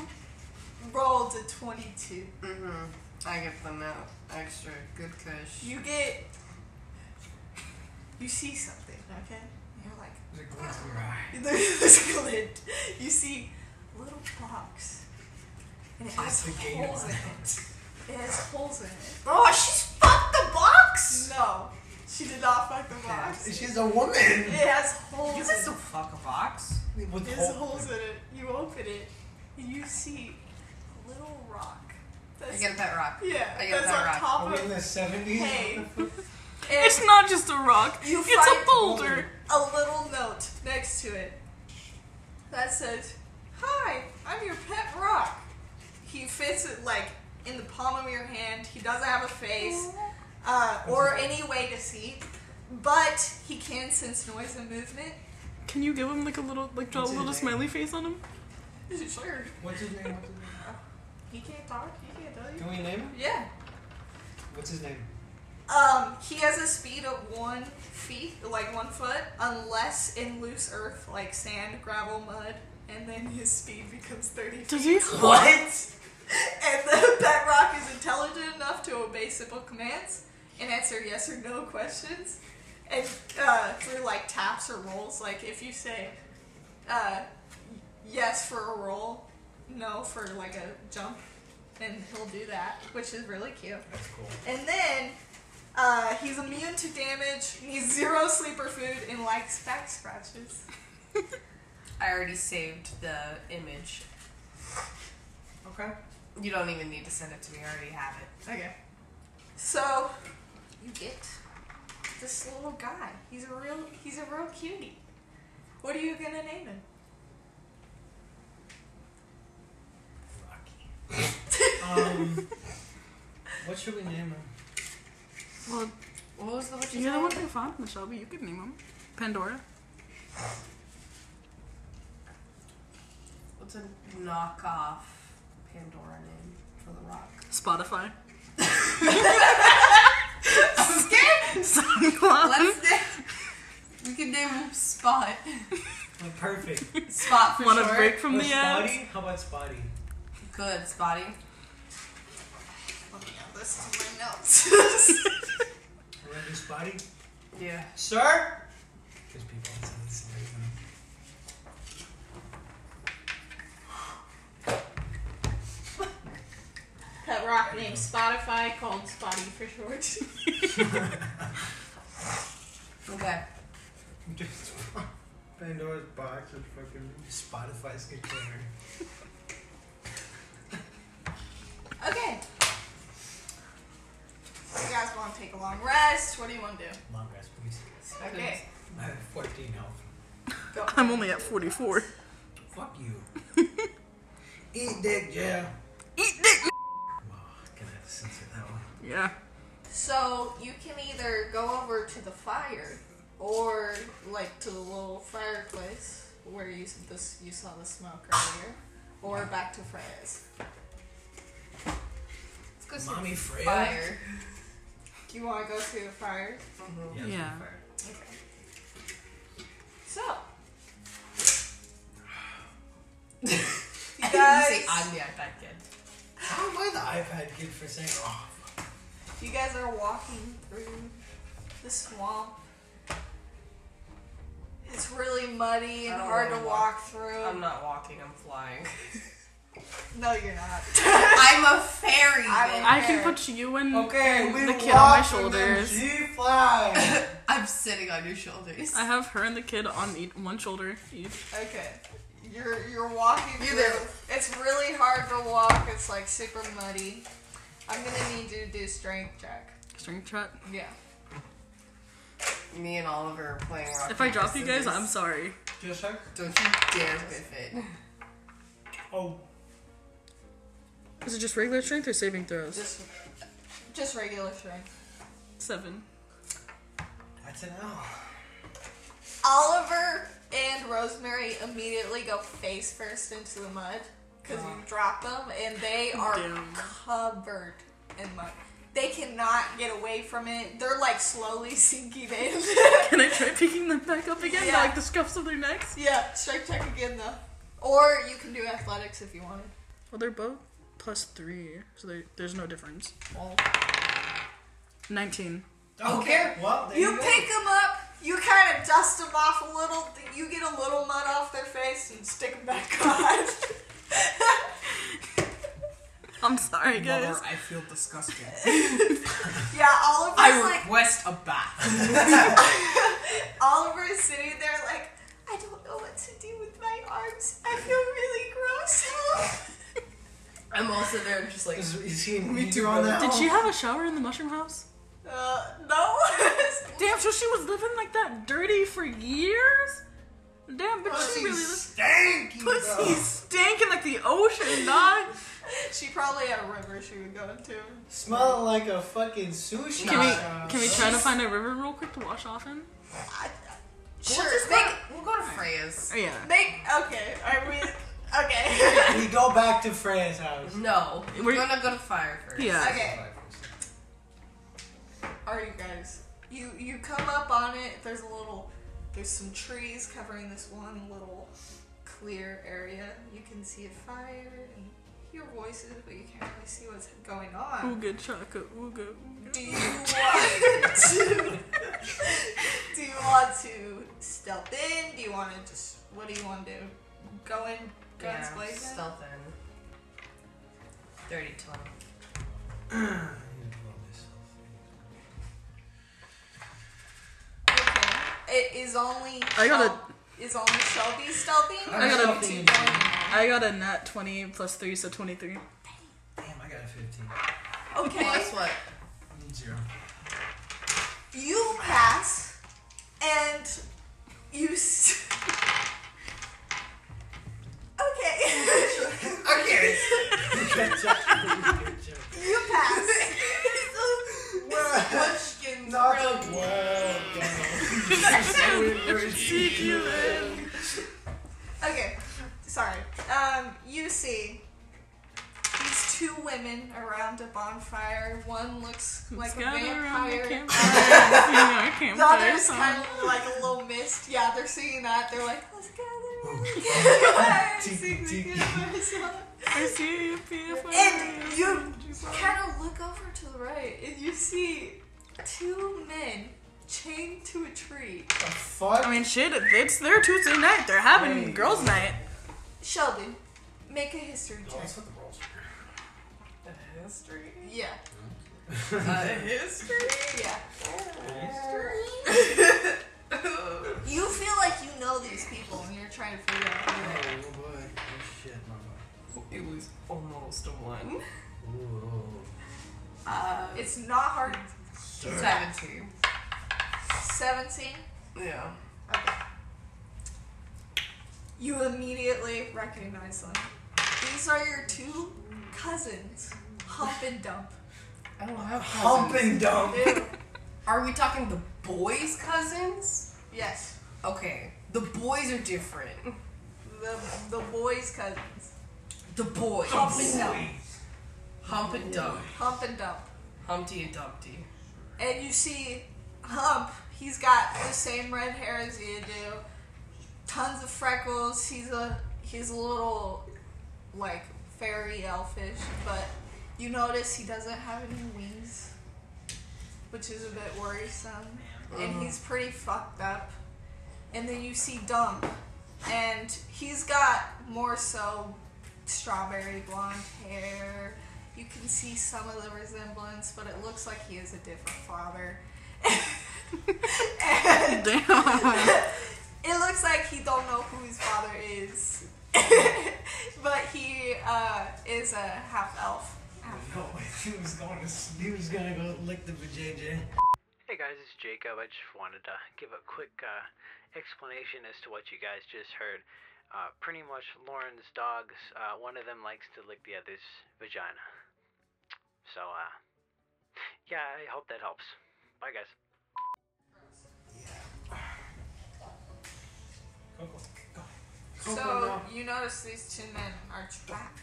D: rolled a twenty-two,
E: Mm-hmm. I give them out extra good kush.
D: you get. You see something, okay? You're like.
A: There's a glint in your eye.
D: There's glint. You see a little box. And it
A: That's
D: has
A: the game.
D: holes in it. It has holes in it.
E: Oh, she's fucked the box.
D: No, she did not fuck the box.
A: She's a woman.
D: It has holes
E: You
D: in
E: can still
D: it.
E: fuck a box.
A: With
D: It has
A: hole-
D: holes in it. You open it, and you see a little rock.
E: I
D: That's,
E: get a pet rock.
D: yeah,
E: I get
D: that's
E: that
D: on
E: rock.
A: Are
D: top
A: we in
D: of
A: the 70s?
D: hay.
C: It's
D: And
C: not just a rock.
D: You
C: it's a
D: find-
C: boulder.
D: a little note next to it that says, Hi, I'm your pet rock. He fits it like in the palm of your hand. He doesn't have a face uh, or any way to see, but he can sense noise and movement.
C: Can you give him like a little, like draw a
A: What's his
C: little
A: name?
C: smiley face on him?
D: Sure.
A: What's his name? What's his name?
D: He can't talk. He can't tell you.
A: Can we name him?
D: Yeah.
A: What's his name?
D: Um, he has a speed of one feet, like one foot, unless in loose earth, like sand, gravel, mud, and then his speed becomes 30 feet.
C: Does he?
A: What?
D: And the bedrock is intelligent enough to obey simple commands and answer yes or no questions. And uh, through like taps or rolls, like if you say uh, yes for a roll, no for like a jump, then he'll do that, which is really cute.
A: That's cool.
D: And then uh, he's immune to damage, needs zero sleeper food, and likes back scratches.
E: I already saved the image.
D: Okay.
E: You don't even need to send it to me. I already have it.
D: Okay. So you get this little guy. He's a real he's a real cutie. What are you gonna name him?
A: Um, what should we name him?
C: Well,
E: What was the witch's
C: you're the one
E: name?
C: who found him, Shelby. You could name him Pandora.
E: What's a knockoff Pandora name for the rock?
C: Spotify.
E: Skip.
C: SoundCloud.
E: Let's. We could name him Spot.
A: Oh, perfect.
E: Spot for
C: Want to
E: short.
C: break from
A: Or
C: the ads?
A: Spotty? How about Spotty?
E: Good, Spotty.
D: Let me add this to my notes.
A: We're gonna do Spotty.
E: Yeah.
A: Sir. There's people outside. Sorry.
D: that rock named Spotify called Spotty for short.
E: Okay.
A: Just Pandora's box is fucking Spotify's container.
D: Okay. You guys want to take a long rest? What do you want to do?
A: Long rest, please.
D: Okay.
A: I have 14 health.
D: Go.
C: I'm only at 44.
A: Fuck you. Eat dick, yeah.
C: Eat dick.
A: Wow, gonna Oh, have to censor that one.
C: Yeah.
D: So you can either go over to the fire or like to the little fireplace where you s- this you saw the smoke earlier, or back to Freya's.
E: Let's go see
A: Mommy Freya.
E: fire.
D: Do you want to go to the fire?
A: Yeah. it's
C: Yeah.
A: fire.
D: Okay. So. you
E: You say
D: guys,
E: I'm the iPad kid.
A: How am I the iPad kid for saying oh fuck.
D: you guys are walking through the swamp. It's really muddy and
E: I don't
D: hard to
E: wanna
D: walk,
E: walk.
D: through.
E: I'm not walking. I'm flying.
D: No, you're not.
E: I'm a fairy.
D: I'm
E: bitch.
C: I can put you and
A: Okay, we
C: the kid on my
A: walk and then
C: shoulders.
A: She flies.
E: I'm sitting on your shoulders.
C: I have her and the kid on each, one shoulder each.
D: Okay. You're you're walking
E: You
D: through.
E: there.
D: It's really hard to walk. It's like super muddy. I'm gonna need you to do strength check.
C: String trap.
D: Yeah.
E: Me and Oliver are playing rock.
C: If I
E: paper,
C: drop you guys,
E: scissors.
C: I'm sorry.
A: Just like
E: Don't you dare whiff it.
A: oh
C: Is it just regular strength or saving throws?
D: Just just regular strength.
C: Seven.
A: that's an L.
D: Oliver and Rosemary immediately go face first into the mud because you drop them, and they are
C: Damn.
D: covered in mud. They cannot get away from it. They're like slowly sinking in.
C: Can I try picking them back up again?
D: Yeah.
C: Like the scuffs of their necks?
D: yeah, strength check again though. Or you can do athletics if you wanted.
C: Well, they're both plus three, so they, there's no difference.
D: Well,
C: 19.
A: Okay. Well there you,
D: You
A: go.
D: pick them up, you kind of dust them off a little, you get a little mud off their face and stick them back on.
C: I'm sorry, guys.
G: I feel disgusted.
D: yeah, Oliver's
G: I
D: like,
G: request a bath.
D: Oliver is sitting there like, I don't know what to do with my arms. I feel really gross. Help."
E: I'm also there, and just like
A: Is, is he me too on that?
C: Did
A: one?
C: she have a shower in the mushroom house?
D: uh, no.
C: Damn, so she was living like that dirty for years? Damn, bitch, she
A: Pussy
C: really looks.
A: stanky, bro.
C: Pussy stinking like the ocean, dog.
D: She probably had a river she would go into.
A: Smell like a fucking sushi
C: Can we
A: shop.
C: can we try to find a river real quick to wash off in?
E: We'll just
D: make,
E: make we'll go to Freya's.
C: Oh, yeah.
D: make okay. Are we okay?
A: we go back to Freya's house.
E: No, we're,
C: We're-
E: gonna go to fire first.
C: Yeah.
D: okay. Are you guys? You you come up on it. There's a little. There's some trees covering this one little clear area. You can see a fire and hear voices, but you can't really see what's going on.
C: Ooga chaka, ooga, ooga.
D: Do you want to? do you want to stealth in? Do you want to just? What do you want to do? Go in, guns
E: Yeah,
D: blazing.
E: stealth in. Dirty twenty.
D: Okay. It is only.
C: I got a-
D: Shel- Is only Shelby stealthing.
A: I
D: or
C: got a
D: are you two
A: fifteen.
D: going in?
C: I got a nat 20 plus 3, so 23.
A: Damn, I got a 15.
D: Okay.
E: Plus what?
A: Zero.
D: You pass, and you. S- okay.
A: Okay. Good job. Good job.
D: you pass.
E: Munchkins.
A: Not
E: bro.
A: a word.
D: Okay, sorry. Um, you see these two women around a bonfire. One looks like a
C: Gather around the
D: vampire.
C: campfire. Sing
D: The
C: our
D: other
C: campfire
D: is
C: song.
D: kind of like a little mist. Yeah, they're singing that. They're like, let's gather around the campfire, sing the
A: Oh Tiki, tiki.
D: campfire song."
C: I see you be a
D: And
C: fire.
D: you kind of look over to the right, and you see two men chained to a tree.
A: The fuck?
C: I mean, shit, it's their Tuesday night. They're having
A: Hey.
C: girls' night.
D: Sheldon, make a history
A: Oh,
D: check.
A: that's what the rolls
E: A history.
D: Yeah,
E: A history.
D: yeah.
A: were.
D: You feel like you know these people and you're trying to figure out who they are.
A: Oh, boy. Oh, shit, my boy.
E: It was almost a one.
A: Ooh.
E: Uh, it's
D: It's not hard.
E: seventeen.
D: 17.
E: Yeah.
D: Okay. You immediately recognize them. These are your two cousins, Hump and Dump.
E: I don't have cousins.
A: Hump and dump.
E: Are we talking the boys' cousins?
D: yes,
E: Okay. The boys are different.
D: the, the boys' cousins.
E: The boys.
D: Hump and Dump.
E: Hump and dump.
D: Hump and Dump.
E: Humpty and Dumpty.
D: And you see Hump, he's got the same red hair as you do. Tons of freckles. He's a he's a little like fairy elfish, but you notice he doesn't have any wings, which is a bit worrisome. And he's pretty fucked up. And then you see Dump, and he's got more so strawberry blonde hair. You can see some of the resemblance, but it looks like he is a different father. and
C: Damn.
D: it looks like he don't know who his father is, but he uh, is a half elf.
A: No, he was going to, he was going to go lick the vajayjay.
H: Hey guys, it's Jacob. I just wanted to give a quick uh, explanation as to what you guys just heard. Uh, pretty much, Lauren's dogs, uh, one of them likes to lick the other's vagina. So, uh, yeah, I hope that helps. Bye, guys.
A: Go, go, go. Go, go
D: So
A: now.
D: you notice these two men are trapped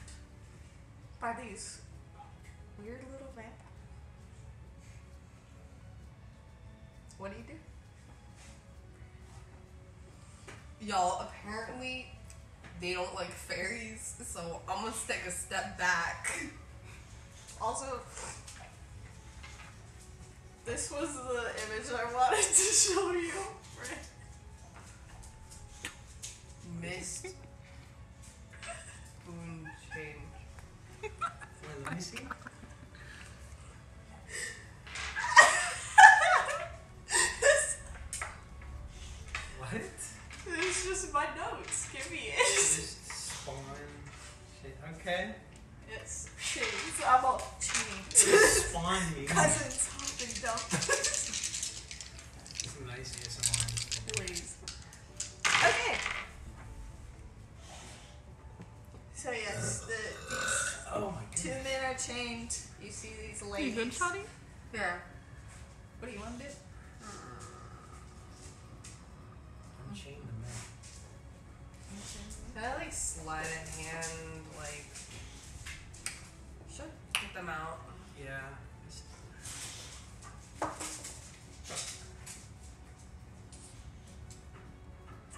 D: by these weird little vampires. What do you do?
E: Y'all, apparently they don't like fairies, so I'm gonna take a step back.
D: Also, this was the image I wanted to show you.
E: Missed. Boom change.
A: Wait, let me see.
D: this,
A: What?
D: this is just my notes. Give me it.
A: Just spawn. Shit, okay.
D: It's cheese. I'm all cheese.
A: Spawn me.
D: Cousins, hop and dump.
A: This is nice ASMR.
D: Please. Okay.
A: Oh
D: you see these
C: Are you
D: ladies.
C: good, Shotty?
E: Yeah.
D: What do you want to do?
A: Unchain the man.
E: Can I like slide a hand like should get them out?
A: Yeah.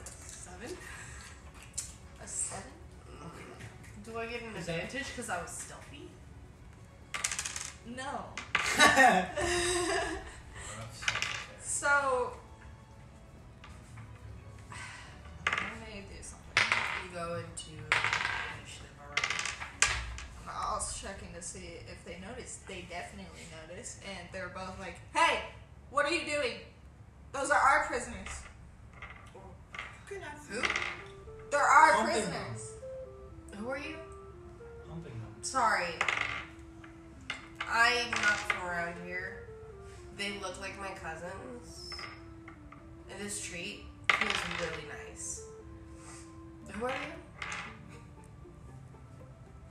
E: Seven?
D: A seven?
E: Do I get an
A: Is that-
E: advantage because I was stealthy?
D: No. So. I'm gonna do something.
E: You go into initiative already.
D: I was checking to see if they noticed. They definitely noticed, and they're both like, "Hey, what are you doing? Those are our prisoners.
E: Who?
D: They're our
A: Pumping them.
D: prisoners."
E: Who are you?
A: Humping them.
E: Sorry. I'm not from around here. They look like my cousins. And this treat feels really nice. Who are you?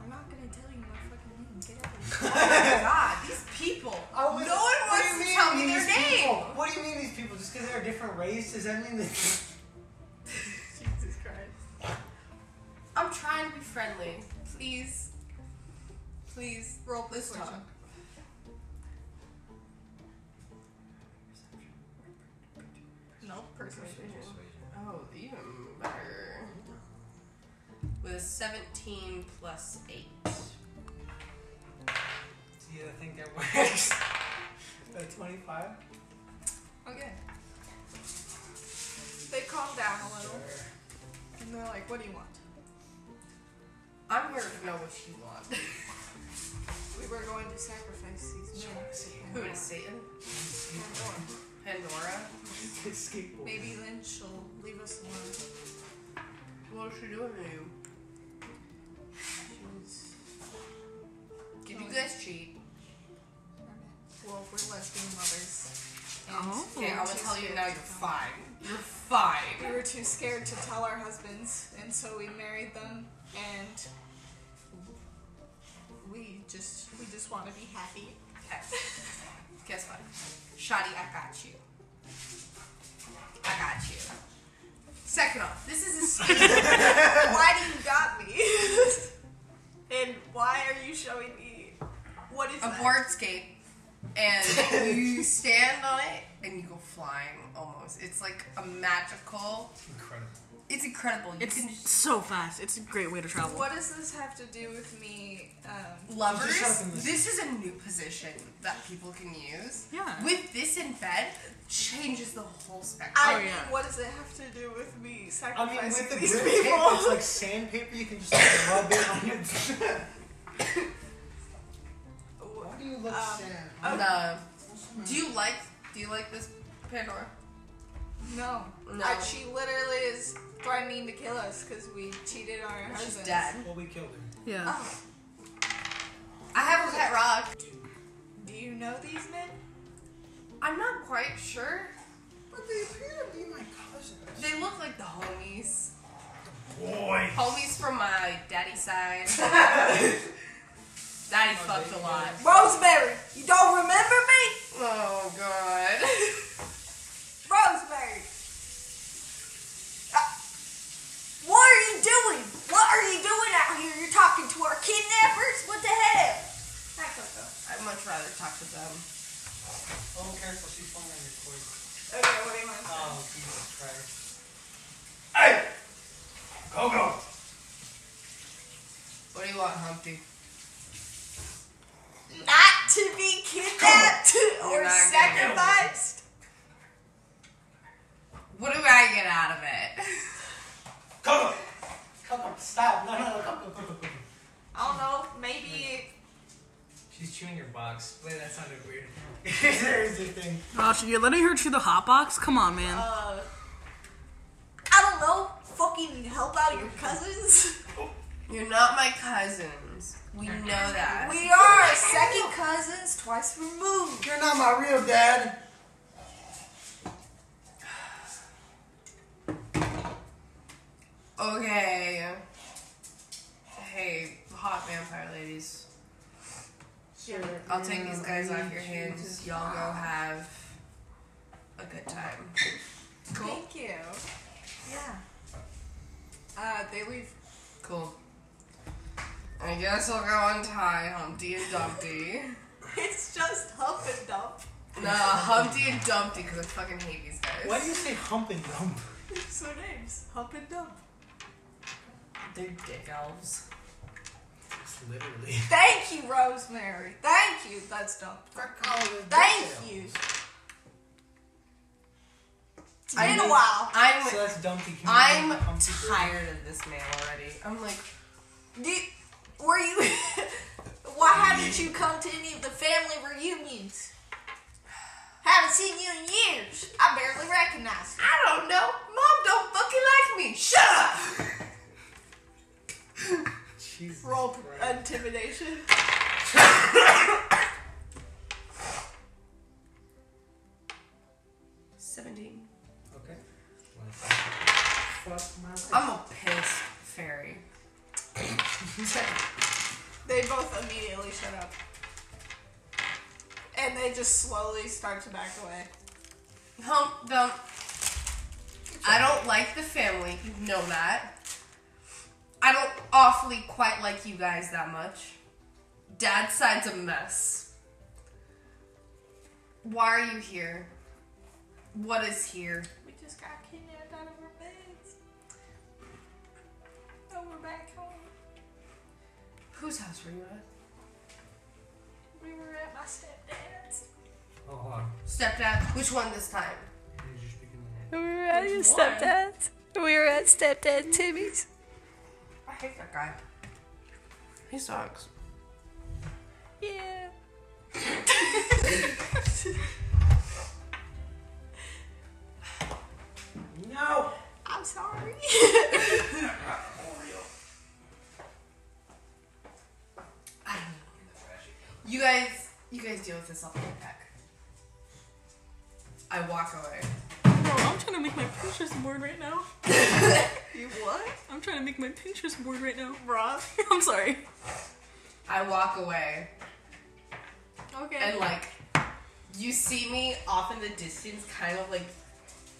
D: I'm not gonna tell you my fucking name. Get out
E: Oh my god, these people.
A: Oh,
E: no one wants to tell me their name.
A: What do you mean these people? Just because they're a different race, does that mean that?
D: Jesus Christ.
E: I'm trying to be friendly. Please. Please roll this
D: Persuasion.
E: talk.
D: No, persuasion.
E: Oh, even better. With a 17 plus 8.
A: Yeah, I think that works. The twenty-five.
D: Okay. They calm down a little, and they're like, "What do you want?
E: I'm here to know what you want.
D: We were going to sacrifice these men."
E: Who is Satan? Pandora?
A: Skateboard.
D: Maybe Lynn she'll leave us alone.
E: What is she doing to you?
D: She's-
E: Did you guys cheat?
D: Well, we're lesbian mothers. And
C: Oh.
D: we
E: Okay,
D: were
E: I'm gonna
D: too
E: tell you
D: scared
E: now
D: to
E: you're
D: tell-
E: fine. You're fine.
D: We were too scared to tell our husbands, and so we married them, and we just we just want to be happy.
E: Okay. Guess what? Shotty, I got you. I got you. Second off, this is a speech.
D: why do you got me? and why are you showing me? What is
E: a
D: that?
E: boardscape and you stand on it and you go flying almost. It's like a magical.
A: Incredible.
E: It's incredible. You can
C: It's
E: just,
C: so fast. It's a great way to travel.
D: What does this have to do with me? Um,
E: lovers.
A: Just shut up and
E: This is a new position that people can use.
C: Yeah.
E: With this in bed, changes the whole spectrum.
D: I
C: Oh,
D: mean,
C: yeah.
D: what does it have to do with me
A: I mean,
D: sacrificing
A: with the
D: these
A: grip
D: people?
A: tape, it's like sandpaper. You can just like, rub it on your. Why do you look
D: Um,
A: sad?
E: And, uh,
D: Hmm.
E: do you like? Do you like this Pandora?
D: No.
E: No.
D: I, she literally is threatening to kill us because we cheated on her husband.
E: She's dead.
A: Well, we killed him.
C: Yeah.
D: Oh,
E: I have a pet rock.
D: do you know these men?
E: I'm not quite sure.
A: But they appear to be my cousins.
E: They look like the homies.
A: Boy.
E: Homies from my daddy's side. Daddy
D: Oh,
E: fucked a lot.
D: Rosemary! You don't remember me?
E: Oh god.
D: Rosemary! Ah, What are you doing? What are you doing out here? You're talking to our kidnappers? What the hell? Hi, Coco.
E: I'd much rather talk to them.
A: Oh, careful! She's falling on your cord.
D: Okay, what do you want?
A: Oh, Jesus Christ!
G: Hey! Coco!
E: What do you want, Humpty?
D: Not to be kidnapped
E: You're
D: or
E: not getting
D: sacrificed?
E: What do I get out of it?
G: Coco!
A: Come on, stop! No, no, no! Come, come, come, come, come.
D: I don't know, maybe
A: She's chewing your box. Wait, that sounded weird. Here's the thing.
C: Gosh, you're letting her chew the hot box? Come on, man.
D: Uh, I don't know. Fucking help out your cousins.
E: You're not my cousins. We know that.
D: We are second cousins, twice removed.
A: You're not my real dad.
E: okay. Hey, hot vampire ladies.
A: Sure.
E: I'll take these guys
A: I
E: off
A: need
E: your
A: you
E: hands.
A: to-
E: Y'all go have a good time.
D: Thank you. Yeah. Uh, they leave.
E: Ah, Cool. I guess I'll go untie Humpty and Dumpty.
D: It's just hump and dump.
E: nah, Humpty and Dumpty, because I fucking hate these guys.
A: Why do you say hump and dump?
D: So names, hump and dump.
E: They're dick elves.
A: It's literally.
D: Thank you, Rosemary. Thank you. That's dump. Thank you. It's been a while.
E: I'm
A: So that's dumpy. Can
E: I'm
A: you hump it?
E: tired of this man already. I'm like,
D: Did, were you? why haven't you come to any of the family reunions? Haven't seen you in years. I barely recognize you.
E: I don't know. Mom don't fucking like me. Shut up.
A: Jesus
D: Roll
A: Christ.
D: intimidation.
E: Seventeen.
A: Okay. Well, Fuck my life.
E: I'm a pissed fairy.
D: They both immediately shut up. And they just slowly start to back away.
E: Hump dump. I don't like the family. You know that. I don't awfully quite like you guys that much. Dad's side's a mess. Why are you here? What is here?
D: We just got kidnapped out of our beds. Now Oh, we're back home.
E: Whose house were you at?
D: We were at my stepdad's.
A: Oh, hold on.
E: Stepdad. Which one this time?
A: You're just picking
I: We were at his
E: one?
I: stepdad's. We were at stepdad Timmy's.
E: I hate that guy. He sucks.
I: Yeah.
A: that. No!
D: I'm sorry.
E: You guys, you guys deal with this. I'll be right back. I walk away.
C: No, I'm trying to make my Pinterest board right now.
D: you what?
C: I'm trying to make my Pinterest board right now.
D: Bruh.
C: I'm sorry.
E: I walk away,
D: Okay.
E: and like, you see me off in the distance, kind of like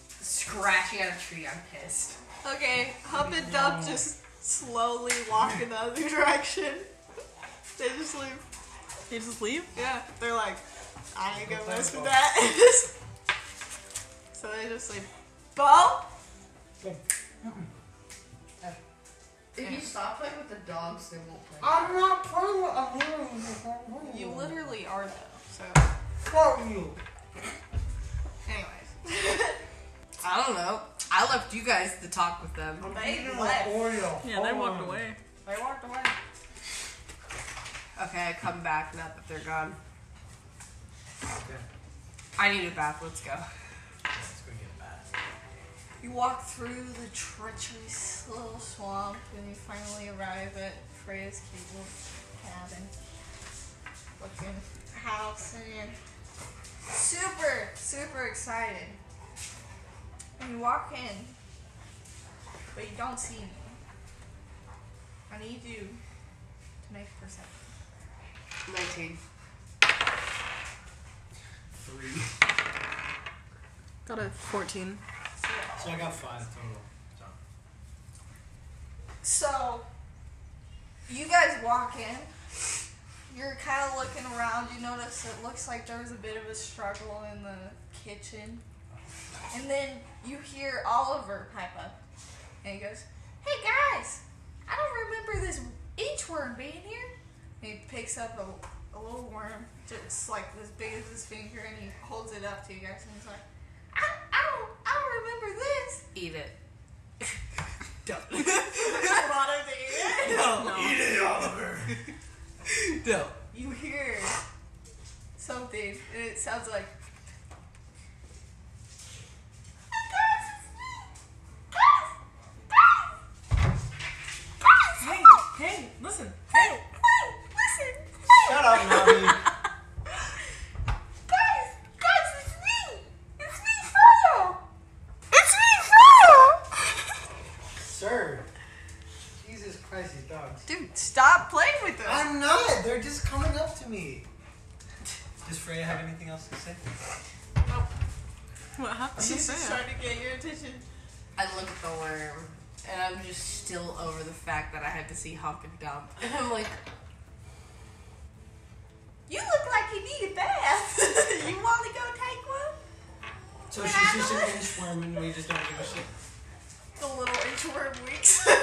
E: scratching at a tree. I'm pissed.
D: okay, Hub and Dub just slowly walk in the other direction. They just leave.
C: They just leave?
D: Yeah, they're like, I ain't gonna
A: Don't
D: mess with
A: thank
D: that. so they just leave. Bo?
E: If you stop playing with the dogs, they won't play.
A: I'm not playing with I'm hearing you.
D: You literally are though, so.
A: Fuck you.
D: Anyways.
E: I don't know. I left you guys to talk with them.
A: I'm
D: They
A: eating
D: left.
A: my Oreo.
C: Yeah, they
A: Hold
D: Oh.
C: walked
A: on.
C: away.
D: they walked away.
E: Okay, I come back now that they're gone.
A: Okay.
E: I need a bath. Let's go.
A: Let's go get a bath.
D: You walk through the treacherous little swamp and you finally arrive at Freya's cute little cabin. Looking house and super, super excited. And you walk in, but you don't see me. I need you to make a perception.
E: Nineteen.
A: Three.
C: Got a 14.
A: So I got five total. So.
D: So, you guys walk in. You're kind of looking around. You notice it looks like there was a bit of a struggle in the kitchen. And then you hear Oliver pipe up. And he goes, Hey guys, I don't remember this inchworm being here. And he picks up a, a little worm, just like as big as his finger, and he holds it up to you guys. And he's like, I, I, don't, I don't remember this.
E: Eat it.
A: Eat it, Oliver.
E: No.
D: you hear something and it sounds like
C: Hey, hey, listen.
A: Shut up, mommy. Sir. Jesus Christ, these dogs.
D: Dude, stop playing with them.
A: I'm not. They're just coming up to me. Ray have anything else to say?
C: What happened?
D: She's just trying to get your attention.
E: I look at the worm, and I'm just still over the fact that I had to see Hump and Dump. And I'm like,
D: You look like you need a bath. you want to go take one?
A: So she's just an inchworm and we just don't give a shit.
D: The little inchworm weeks. Can I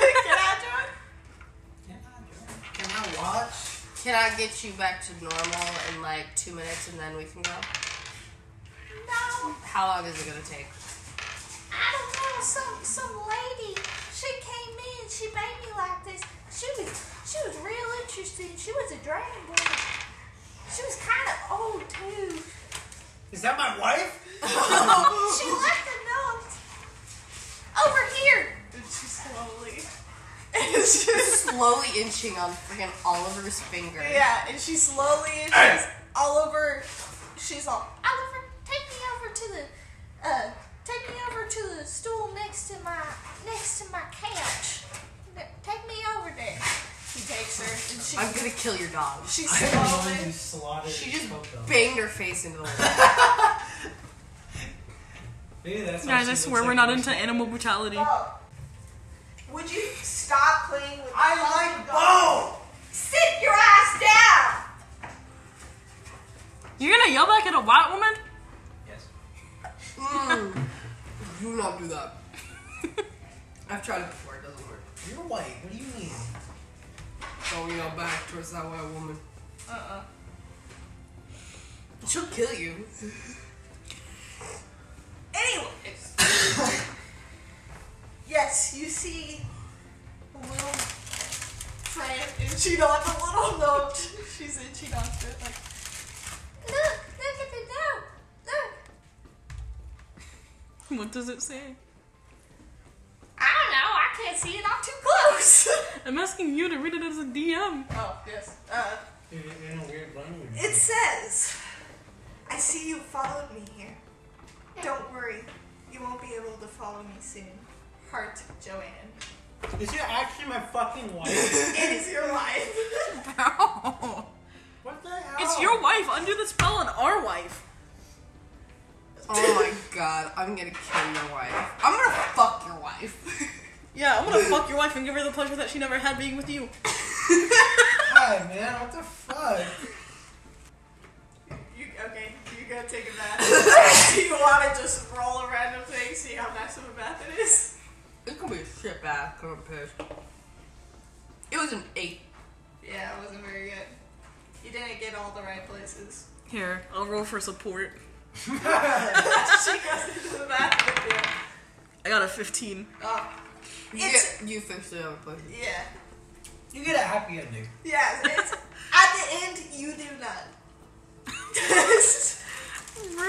A: Can I, can I watch?
E: can I get you back to normal in like two minutes and then we can go?
D: join? No.
E: How long is it gonna take?
D: I don't know. Some some lady. She came in. She made me like this. She was she was real interesting. She was a dragon boy. She was kind of old too.
A: Is that my wife?
D: She left a note over here. And she slowly. And she,
E: Slowly inching on freaking Oliver's finger.
D: yeah, and she slowly and she's all over. She's all Oliver. Take me over to the uh, take me over to the stool next to my next to my couch. Take me over there. He takes her and she
E: I'm gonna kill your dog.
D: she
A: I am the one who
D: slowly
A: slaughtered
E: She just
A: Coco.
E: banged her face into the wall.
A: Maybe that's why she
C: Guys, I
A: looks
C: swear
A: like
C: we're not
A: her.
C: into animal brutality.
D: Would you stop playing with? I like
A: Oh!
D: Sit your ass down.
C: You're gonna yell back at a white woman?
A: Yes.
E: Do not do that. I've tried it before, it doesn't work.
A: You're white. What do you mean?
E: So you know back towards that white woman. Uh uh-uh. uh. she will kill you.
D: Anyways. yes, you see a little Fran inching on the little note. She's inching on to it like Look, look at the note. Look.
C: What does it say?
D: I don't know, I can't see it, I'm too close.
C: I'm asking you to read it as a DM.
D: oh, yes. Uh
A: You're, you're in a weird language.
D: It says, I see you followed me here. Don't worry, you won't be able to follow me soon. Heart Joanne.
A: Is you actually my fucking wife?
D: It is your life.
A: what the hell?
C: It's your wife. Undo the spell on our wife.
E: Oh my god, I'm gonna kill your wife. I'm gonna fuck your wife.
C: Yeah, I'm gonna fuck your wife and give her the pleasure that she never had being with you.
A: God, man. What the fuck?
D: You, okay, you go take a bath. Do you want to just roll a random thing, see how nice of a bath it is?
E: It could be a shit bath, I'm pissed. It was an eight.
D: Yeah, it wasn't very good. You didn't get all the right places.
C: Here, I'll roll for support.
D: she goes into the bath with you.
C: I got a 15.
D: Oh, It's-
E: It's, you fixed it up, please.
D: yeah.
A: You get a happy ending.
D: Yes, it's, at the end, you do none.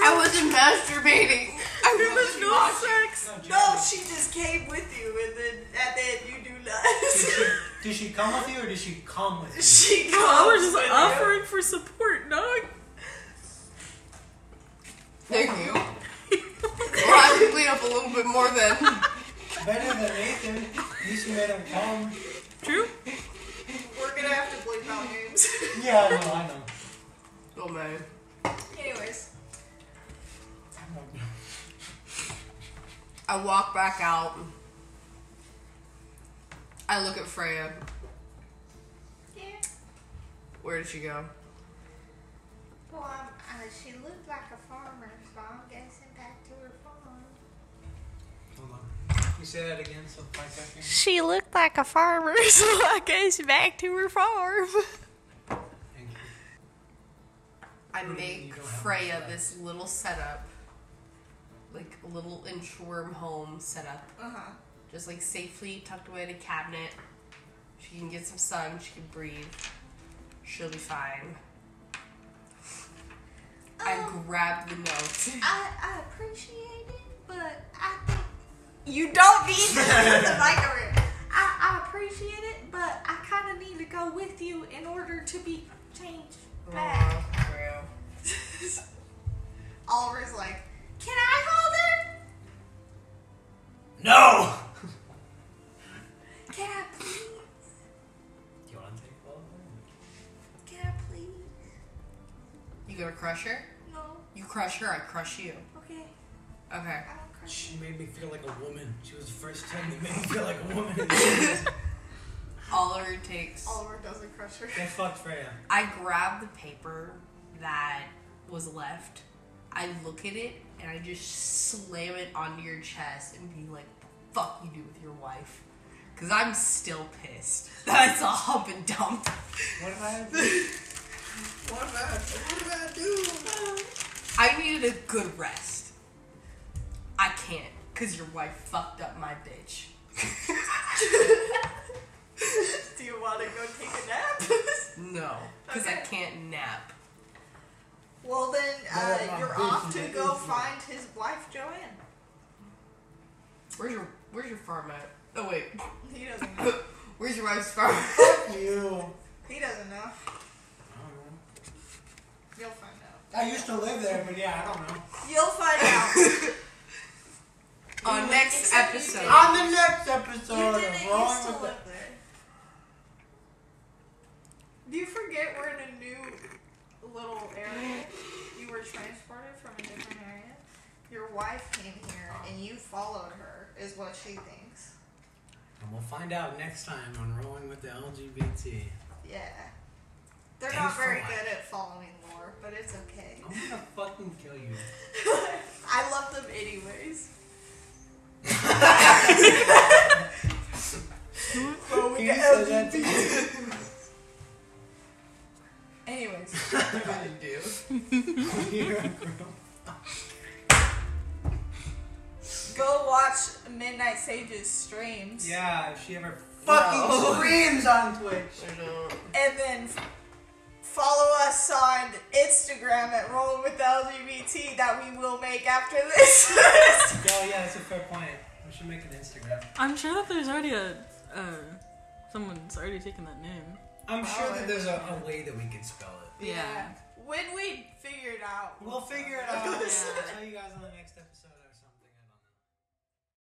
E: I wasn't masturbating. I
C: There was
E: really
C: no
E: was.
C: sex.
D: no, she just came with you, and then at the end, you do
A: Did
D: none.
A: she, did she come with you or did she come with you?
D: she comes.
C: I was
D: with
C: just
D: you.
C: offering for support, dog.
E: Thank you. well, I can clean up a little bit more then.
A: Better than Nathan. At least you made him come.
C: True?
D: We're gonna have to bleep out names.
A: Yeah, no, I know.
E: Oh man.
D: Anyways,
A: I know.
E: I walk back out. I look at Freya.
B: Yeah.
E: Where did she go?
B: Well, um, uh, she looked like a farmer, so I'm guessing back to her farm.
A: Hold on. You say that again, so five seconds.
I: She looked like a farmer, so I guess back to her farm.
A: Thank you.
E: I
A: Rudy,
E: make
A: you don't have much
E: Freya
A: left.
E: this little setup, like a little inchworm home setup,
D: uh huh.
E: just like safely tucked away in a cabinet. She can get some sun. She can breathe. She'll be fine. I grab the note.
B: I, I appreciate it, but I think
D: You don't need to use the microwave.
B: I, I appreciate it, but I kind of need to go with you in order to be changed back.
E: Aw, Freya.
D: Oliver's like, can I hold her?
A: No!
D: Can I please?
A: Do you want to take all of
D: Can I please?
E: You gonna crush her? crush her, I crush you.
B: Okay,
E: Okay.
B: I don't crush.
A: She made me feel like a woman. She was the first time that made me feel like a woman.
E: Oliver takes.
D: Oliver doesn't crush her.
A: they fucked Freya.
E: I grab the paper that was left. I look at it and I just slam it onto your chest and be like, the fuck you do with your wife. Cause I'm still pissed. That's a hump and dump.
A: What did I do?
D: What did I, what did I do?
E: I needed a good rest. I can't, cause your wife fucked up my bitch.
D: Do you want to go take a nap?
E: No, cause I
D: Okay.
E: can't nap.
D: well, then uh,
A: my
D: you're
A: bitch
D: off
A: is
D: to
A: an
D: go
A: idiot.
D: find his wife, Joanne.
E: Where's your Where's your farm at? Oh wait,
D: He doesn't know.
E: where's your wife's farm?
A: You.
D: He doesn't know. You'll find out.
A: I used to live there, but yeah, I don't know.
D: You'll find out.
E: On next
D: Except you
E: episode.
D: didn't.
A: On the next episode
D: you
A: of
D: didn't
A: Rolling with
D: used to
A: the
D: live there. Do you forget we're in a new little area? You were transported from a different area. Your wife came here and you followed her, is what she thinks.
A: And we'll find out next time on Rolling with the LGBT.
D: Yeah. They're
A: Thanks
D: not
A: for
D: very
A: watching.
D: good at following lore, but it's okay.
A: I'm gonna fucking kill you.
D: Oh. I love them anyways.
A: But we said that to you.
D: Anyways.
A: You're a girl.
D: Go watch Midnight Sage's streams.
A: Yeah, if she ever fucking screams on Twitch.
D: And then f- follow us on Instagram at Rolling with the LGBT that we will make after this.
A: Oh yeah, that's a fair point. We should make an Instagram.
C: I'm sure that there's already a. Uh, someone's already taken that name.
A: I'm sure that there's a, a way that we can spell it.
D: yeah. When we figure it out.
A: We'll figure it out. yeah, I'll tell you guys on the next episode.